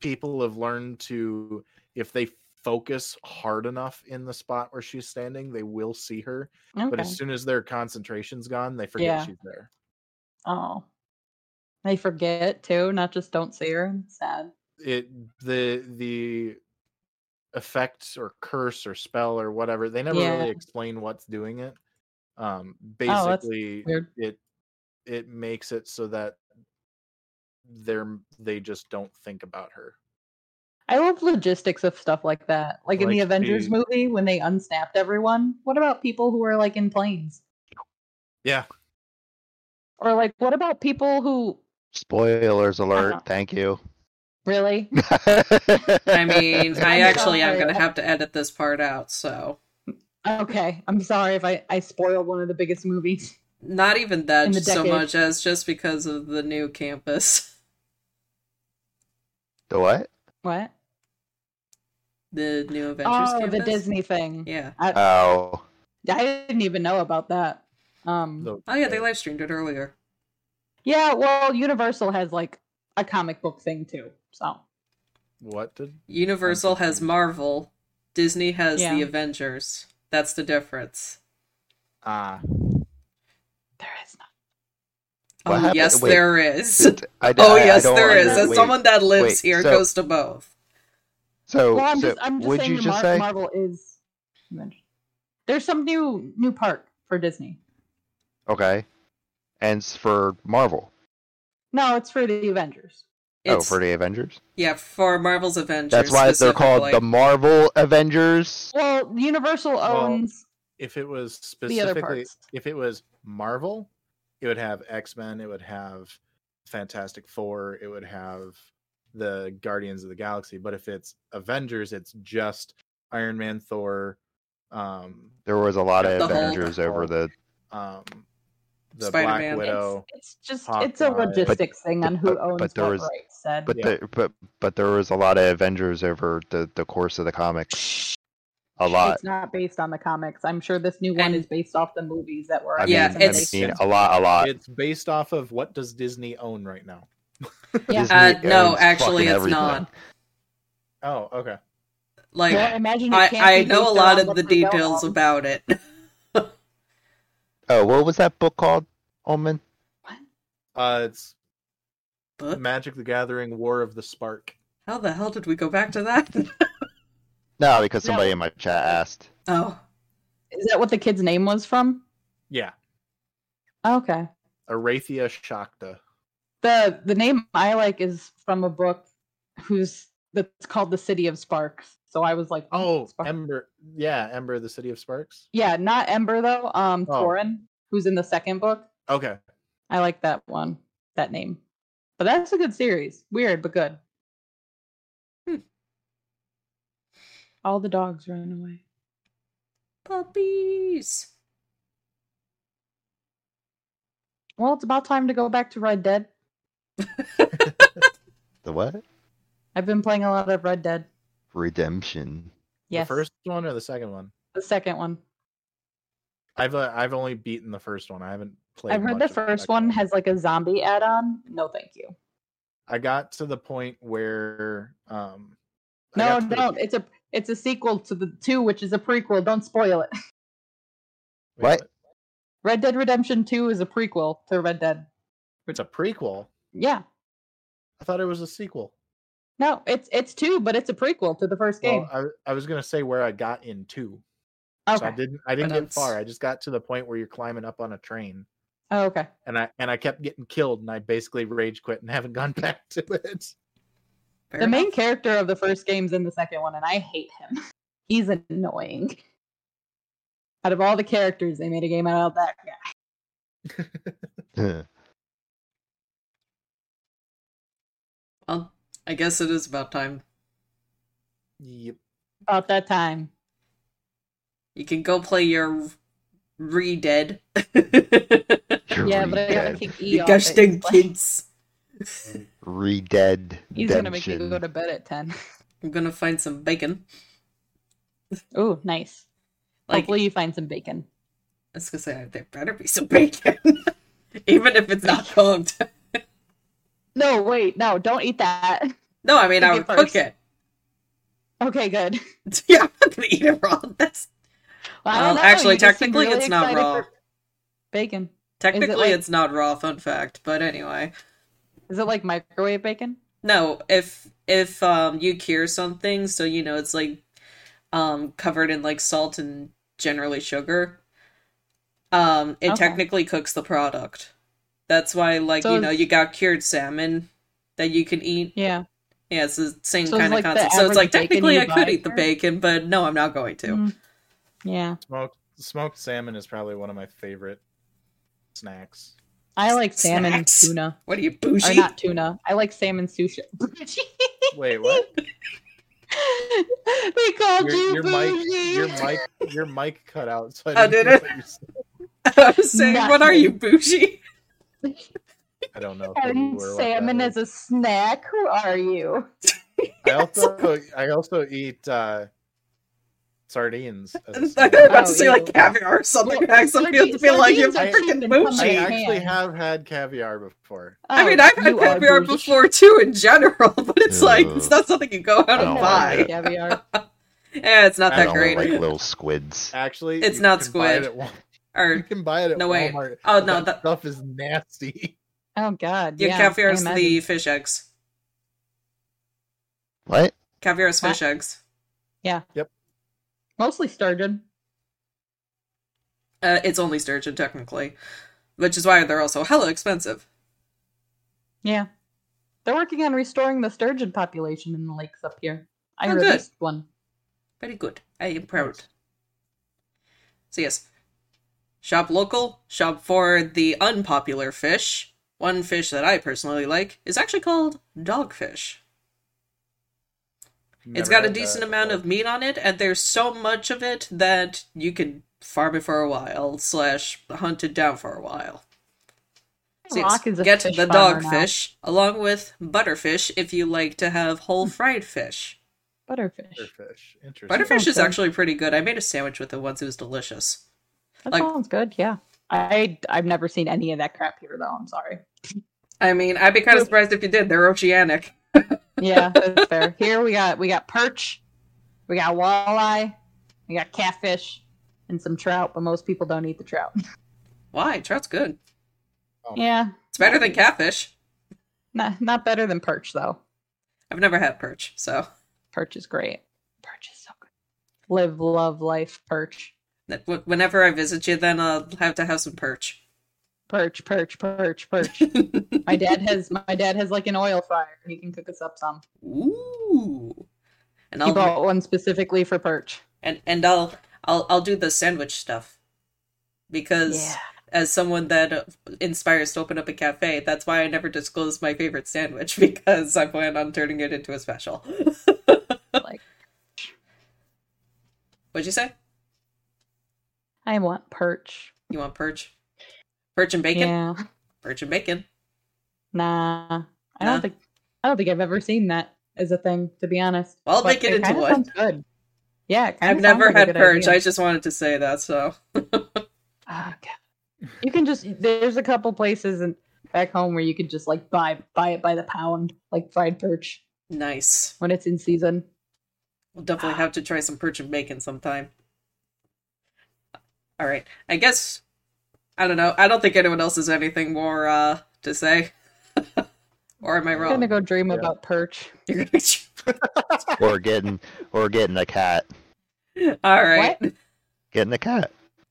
S1: people have learned to if they focus hard enough in the spot where she's standing, they will see her. But
S3: Okay.
S1: as soon as their concentration's gone, they forget
S3: Yeah.
S1: she's there.
S3: Oh. They forget too, not just don't see her. It's sad.
S1: it the the effects or curse or spell or whatever they never
S3: Yeah. Oh,
S1: really explain what's doing it um
S3: that's
S1: basically
S3: Weird.
S1: it it makes it so that they're they just don't think about her
S3: I love logistics of stuff like that. Like, in the
S1: Like
S3: Avengers
S1: the-
S3: movie when they unsnapped everyone. What about people who are like in planes?
S1: yeah
S3: Or like what about people who
S4: Spoilers alert.
S3: Uh-huh.
S4: Thank you.
S3: really?
S2: I mean, I actually am
S3: sorry.
S2: going to have to edit this part out, so.
S3: Okay. I'm sorry if I, I spoiled one of the biggest movies.
S2: Not even that
S3: In the
S2: so
S3: decade.
S2: much as just because of the new campus.
S4: The what?
S3: What?
S2: The new Adventures
S3: Oh, the
S2: campus?
S3: Disney thing.
S2: Yeah.
S4: Oh,
S3: I didn't even know about that. Um,
S1: The-
S2: Oh yeah, they live streamed it earlier.
S3: yeah, well, Universal has like a comic book thing too. So
S1: what did
S2: Universal has Marvel, Disney has
S3: Yeah.
S2: the Avengers. That's the difference.
S1: ah
S3: there is not.
S4: What
S2: Oh,
S4: happened-
S2: yes,
S4: wait.
S2: there is.
S4: Did- I,
S2: oh
S4: I- I
S2: yes,
S4: don't
S2: there is.
S4: under-
S2: As
S4: wait,
S2: someone that lives
S4: wait,
S2: here
S4: so-
S2: goes to both.
S4: So,
S3: well, I'm
S4: Oh, so
S3: just I'm just
S4: would
S3: saying
S4: you
S3: the
S4: just
S3: Mar-
S4: say?
S3: Marvel is. There's some new new park for Disney.
S4: Okay. And it's for Marvel.
S3: No, it's for the Avengers.
S4: Oh,
S2: It's,
S4: for the Avengers.
S2: yeah, for Marvel's Avengers.
S4: That's why they're called the
S2: specifically.
S4: Marvel Avengers.
S3: Well, Universal
S1: Well,
S3: owns
S1: if it was
S3: the other
S1: specifically
S3: parts.
S1: if it was Marvel, it would have X Men, it would have Fantastic Four, it would have the Guardians of the Galaxy. But if it's Avengers, it's just Iron Man, Thor, um,
S4: There was a lot of
S2: The Hulk.
S4: Avengers over the.
S1: um, the
S2: Spider-Man.
S1: Black Widow.
S3: It's, it's just it's a
S1: oh, Hawkeye.
S3: logistics thing on who
S4: but-
S3: owns
S4: but there
S3: what
S4: was-
S3: rights. Said,
S4: But
S1: Yeah.
S4: there, but but there was a lot of Avengers over the the course of the comics. A lot.
S3: It's not based on the comics. I'm sure this new
S2: And-
S3: one is based off the movies that were.
S4: I
S3: on
S4: mean,
S2: Yeah,
S3: Disney.
S4: I
S2: it's-
S4: mean, a lot, a lot.
S1: It's based off of what does Disney own right now?
S3: Yeah.
S4: Disney
S2: Uh, no,
S4: owns
S2: actually,
S4: fucking
S2: it's
S4: everything.
S2: not.
S1: Oh, okay.
S2: Like
S3: Well, imagine it
S2: I,
S3: can't
S2: I
S3: be
S2: know a
S3: based
S2: lot
S3: around
S2: of
S3: what
S2: the
S3: they don't
S2: details
S3: own.
S2: about it.
S4: Oh, what was that book called? Omen.
S1: Uh, it's
S2: Book?
S1: Magic: The Gathering, War of the Spark.
S2: How the hell did we go back to that?
S4: No, because
S3: No.
S4: somebody in my chat asked.
S2: oh,
S3: Is that what the kid's name was from? Oh,
S1: Yeah,
S3: Okay.
S1: Arathia Shakta.
S3: The the name I like is from a book who's that's called The City of Sparks. So I was like,
S1: Oh,
S3: Spark-
S1: Ember. Yeah, Ember, the City of Sparks.
S3: yeah, not Ember though. Um,
S1: Oh.
S3: Thorin, who's in the second book.
S1: Okay.
S3: I like that one, that name. But that's a good series. Weird, but good.
S2: Hmm.
S3: All the dogs ran away.
S2: puppies.
S3: Well, it's about time to go back to Red Dead.
S4: The what?
S3: I've been playing a lot of Red Dead.
S4: Redemption.
S3: Yes,
S1: The first one or the second one?
S3: the second one.
S1: I've uh, I've only beaten the first one. I haven't played.
S3: I've heard
S1: much
S3: the
S1: of
S3: first
S1: second
S3: one has like a zombie add-on. No, thank you.
S1: I got to the point where um. I
S3: No,
S1: got to the-
S3: don't. It's a it's a sequel to the two, which is a prequel. Don't spoil it.
S1: wait a
S4: What?
S1: minute,
S3: Red Dead Redemption Two is a prequel to Red Dead.
S1: It's a prequel.
S3: Yeah.
S1: I thought it was a sequel.
S3: No, it's it's two, but it's a prequel to the first game.
S1: Well, I I was gonna say where I got in two. So I
S3: okay.
S1: didn't I didn't
S2: But
S1: get far.
S2: it's-
S1: I just got to the point where you're climbing up on a train,
S3: Oh, okay.
S1: and I and I kept getting killed, and I basically rage quit and haven't gone back to it.
S2: Fair
S3: the main
S2: enough.
S3: character of the first game's in the second one, and I hate him. He's annoying. Out of all the characters, they made a game out of that guy.
S4: That's
S2: Well, I guess it is about time.
S1: Yep.
S3: About that time.
S2: You can go play your re-dead.
S3: yeah, but I gotta
S4: Redead.
S3: kick E
S2: you
S3: off
S2: gosh
S3: it.
S2: dang
S3: He's like-
S2: kids.
S4: Redead.
S3: He's gonna make you go
S4: Redemption.
S3: to bed at ten.
S2: I'm gonna find some bacon.
S3: Ooh, nice.
S2: Like
S3: Hopefully, you find some bacon.
S2: I was gonna say, there better be some bacon, even if it's not cooked.
S3: No, wait, no, don't eat that.
S2: No, I mean I would
S3: Cook it
S2: cook
S3: first.
S2: it.
S3: Okay, good.
S2: Yeah, I'm not gonna eat it raw. That's
S3: Well, I
S2: Well,
S3: don't know,
S2: actually,
S3: you just seem
S2: technically,
S3: really
S2: it's not
S3: excited
S2: raw.
S3: for Bacon.
S2: Technically,
S3: like-
S2: it's not raw. Fun fact, but anyway,
S3: Is it like microwave bacon?
S2: no. If if um you cure something, so you know it's like um covered in like salt and generally sugar. Um, it
S3: Okay.
S2: technically cooks the product. That's why, like
S3: So
S2: you know,
S3: is-
S2: you got cured salmon that you can eat.
S3: Yeah.
S2: Yeah, it's the same
S3: So it's
S2: kind of
S3: like the
S2: concept. So it's
S3: average
S2: like
S3: bacon
S2: technically
S3: you
S2: I could
S3: buy
S2: eat the
S3: here?
S2: bacon, but no, I'm not going to.
S3: Mm. Yeah.
S1: Smoked smoked salmon is probably one of my favorite snacks.
S3: I like salmon and
S2: Snacks.
S3: tuna.
S2: What are you
S3: Or
S2: bougie?
S3: not tuna. I like salmon sushi.
S1: Wait, what?
S3: they called
S1: your,
S3: you
S1: your mic,
S3: bougie.
S1: your mic, your mic cut out. So
S2: Oh,
S1: I, didn't
S2: did
S1: hear what you said.
S2: I was saying, what are
S3: Nothing.
S2: you bougie?
S1: I don't know. If
S3: And
S1: you were what that
S3: salmon
S1: is.
S3: as a snack. Who are you?
S1: I also I also eat uh, sardines. as a
S2: I was
S1: snack.
S2: about to say
S3: Oh,
S2: like
S3: ew.
S2: caviar or something.
S3: Well,
S2: I suddenly have to feel like you're
S1: sardines
S3: actually
S2: freaking
S3: didn't come
S2: bougie.
S1: I
S3: Shit.
S1: actually have had caviar before.
S2: I
S3: Oh,
S2: mean, I've had
S3: you are
S2: caviar
S3: bougie.
S2: before too, in general, but it's like
S4: Ugh.
S2: it's not something you go out
S4: I
S2: and
S4: don't
S2: buy.
S4: like it.
S3: Caviar.
S2: Eh, it's not
S1: I
S4: I
S2: that
S4: don't
S2: great.
S4: like little squids.
S1: Actually,
S2: It's
S1: you
S2: not
S1: can buy it
S2: squid.
S1: at Wal- You
S2: Or
S1: can buy it at
S2: No, wait.
S1: Walmart.
S2: oh no,
S1: that,
S2: that,
S1: stuff is nasty.
S3: Oh God.
S2: yeah,
S3: Yeah,
S2: caviar
S3: I
S2: is
S3: imagine.
S2: the fish eggs.
S4: What?
S2: Caviar is fish eggs.
S3: mostly sturgeon.
S2: Uh, it's only sturgeon technically, which is why they're also hella expensive.
S3: Yeah, they're working on restoring the sturgeon population in the lakes up here. I
S2: Oh, good.
S3: released one.
S2: Very good. I am proud. So yes, shop local. Shop for the unpopular fish. One fish that I personally like is actually called dogfish. it's got a decent amount of meat on it, and there's so much of it that you could farm it for a while, slash hunt it down for a while. So yes,
S3: Rock is a
S2: get
S3: fish
S2: the
S3: farmer now.
S2: dogfish along with butterfish if you like to have whole
S3: Hmm.
S2: fried fish.
S3: Butterfish.
S1: butterfish. Interesting.
S2: Butterfish is
S3: good.
S2: actually pretty good. I made a sandwich with it once; it was delicious.
S3: That
S2: Like-
S3: sounds good. Yeah, I I've never seen any of that crap here though. I'm sorry.
S2: I mean, I'd be kind of surprised if you did. They're oceanic.
S3: Yeah, that's fair. Here we got we got perch, we got walleye, we got catfish, and some trout. But most people don't eat the trout.
S2: Why? Trout's good.
S3: Yeah,
S2: It's better than catfish.
S3: not not better than perch though.
S2: I've never had perch, so
S3: Perch is great. Perch is so good. Live, love, life, perch,
S2: that- wh- whenever I visit you, then I'll have to have some perch.
S3: perch, perch, perch, perch. my dad has my dad has like an oil fryer. He can cook us up some.
S2: Ooh. And
S3: He
S2: I'll
S3: bought one specifically for perch.
S2: and, and I'll I'll I'll do the sandwich stuff. Because
S3: Yeah.
S2: as someone that uh, inspires to open up a cafe, that's why I never disclose my favorite sandwich because I plan on turning it into a special.
S3: like
S2: What'd you say?
S3: I want perch.
S2: You want perch? Perch and bacon?
S3: Yeah.
S2: Perch and bacon.
S3: Nah, I
S2: Nah?
S3: don't think I don't think I've ever seen that as a thing. To be honest,
S2: Well, I'll
S3: But
S2: make it into
S3: kinda
S2: one.
S3: Sounds good. Yeah, it kinda
S2: I've
S3: sounds
S2: never
S3: like a
S2: had
S3: good
S2: perch. I
S3: idea.
S2: just wanted to say that, so
S3: Ah, God. You can just there's a couple places and back home where you could just like buy buy it by the pound, like fried perch
S2: nice.
S3: when it's in season.
S2: We'll definitely have to try some perch and bacon sometime. All right. I guess I don't know. I don't think anyone else has anything more uh to say. or am I
S3: I'm
S2: wrong?
S3: gonna go dream
S1: Yeah.
S3: about perch.
S2: You're gonna-
S4: or getting or getting a cat.
S2: All right.
S4: Getting a cat.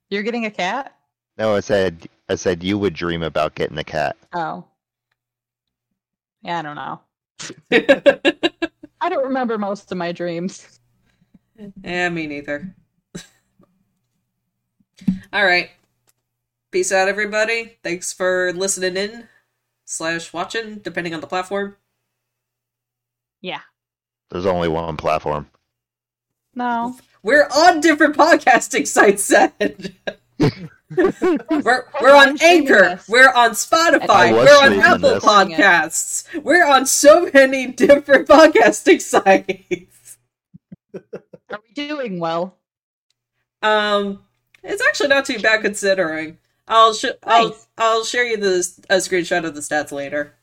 S3: You're getting a cat?
S4: No, I said I said you would dream about getting a cat.
S3: Oh, yeah, I don't know. I don't remember most of my dreams.
S2: yeah, Eh, me neither. All right. Peace out everybody. Thanks for listening in slash watching, depending on the platform.
S4: There's only one platform.
S3: No,
S2: We're on different podcasting sites, Ed. we're we're on Anchor. We're on Spotify.
S3: I
S4: was
S2: We're on
S4: streaming
S2: Apple
S4: this.
S2: Podcasts. We're on so many different podcasting sites.
S3: are we doing well?
S2: Um, it's actually not too bad considering. I'll sh- I'll
S3: Nice.
S2: I'll share you the a screenshot of the stats later.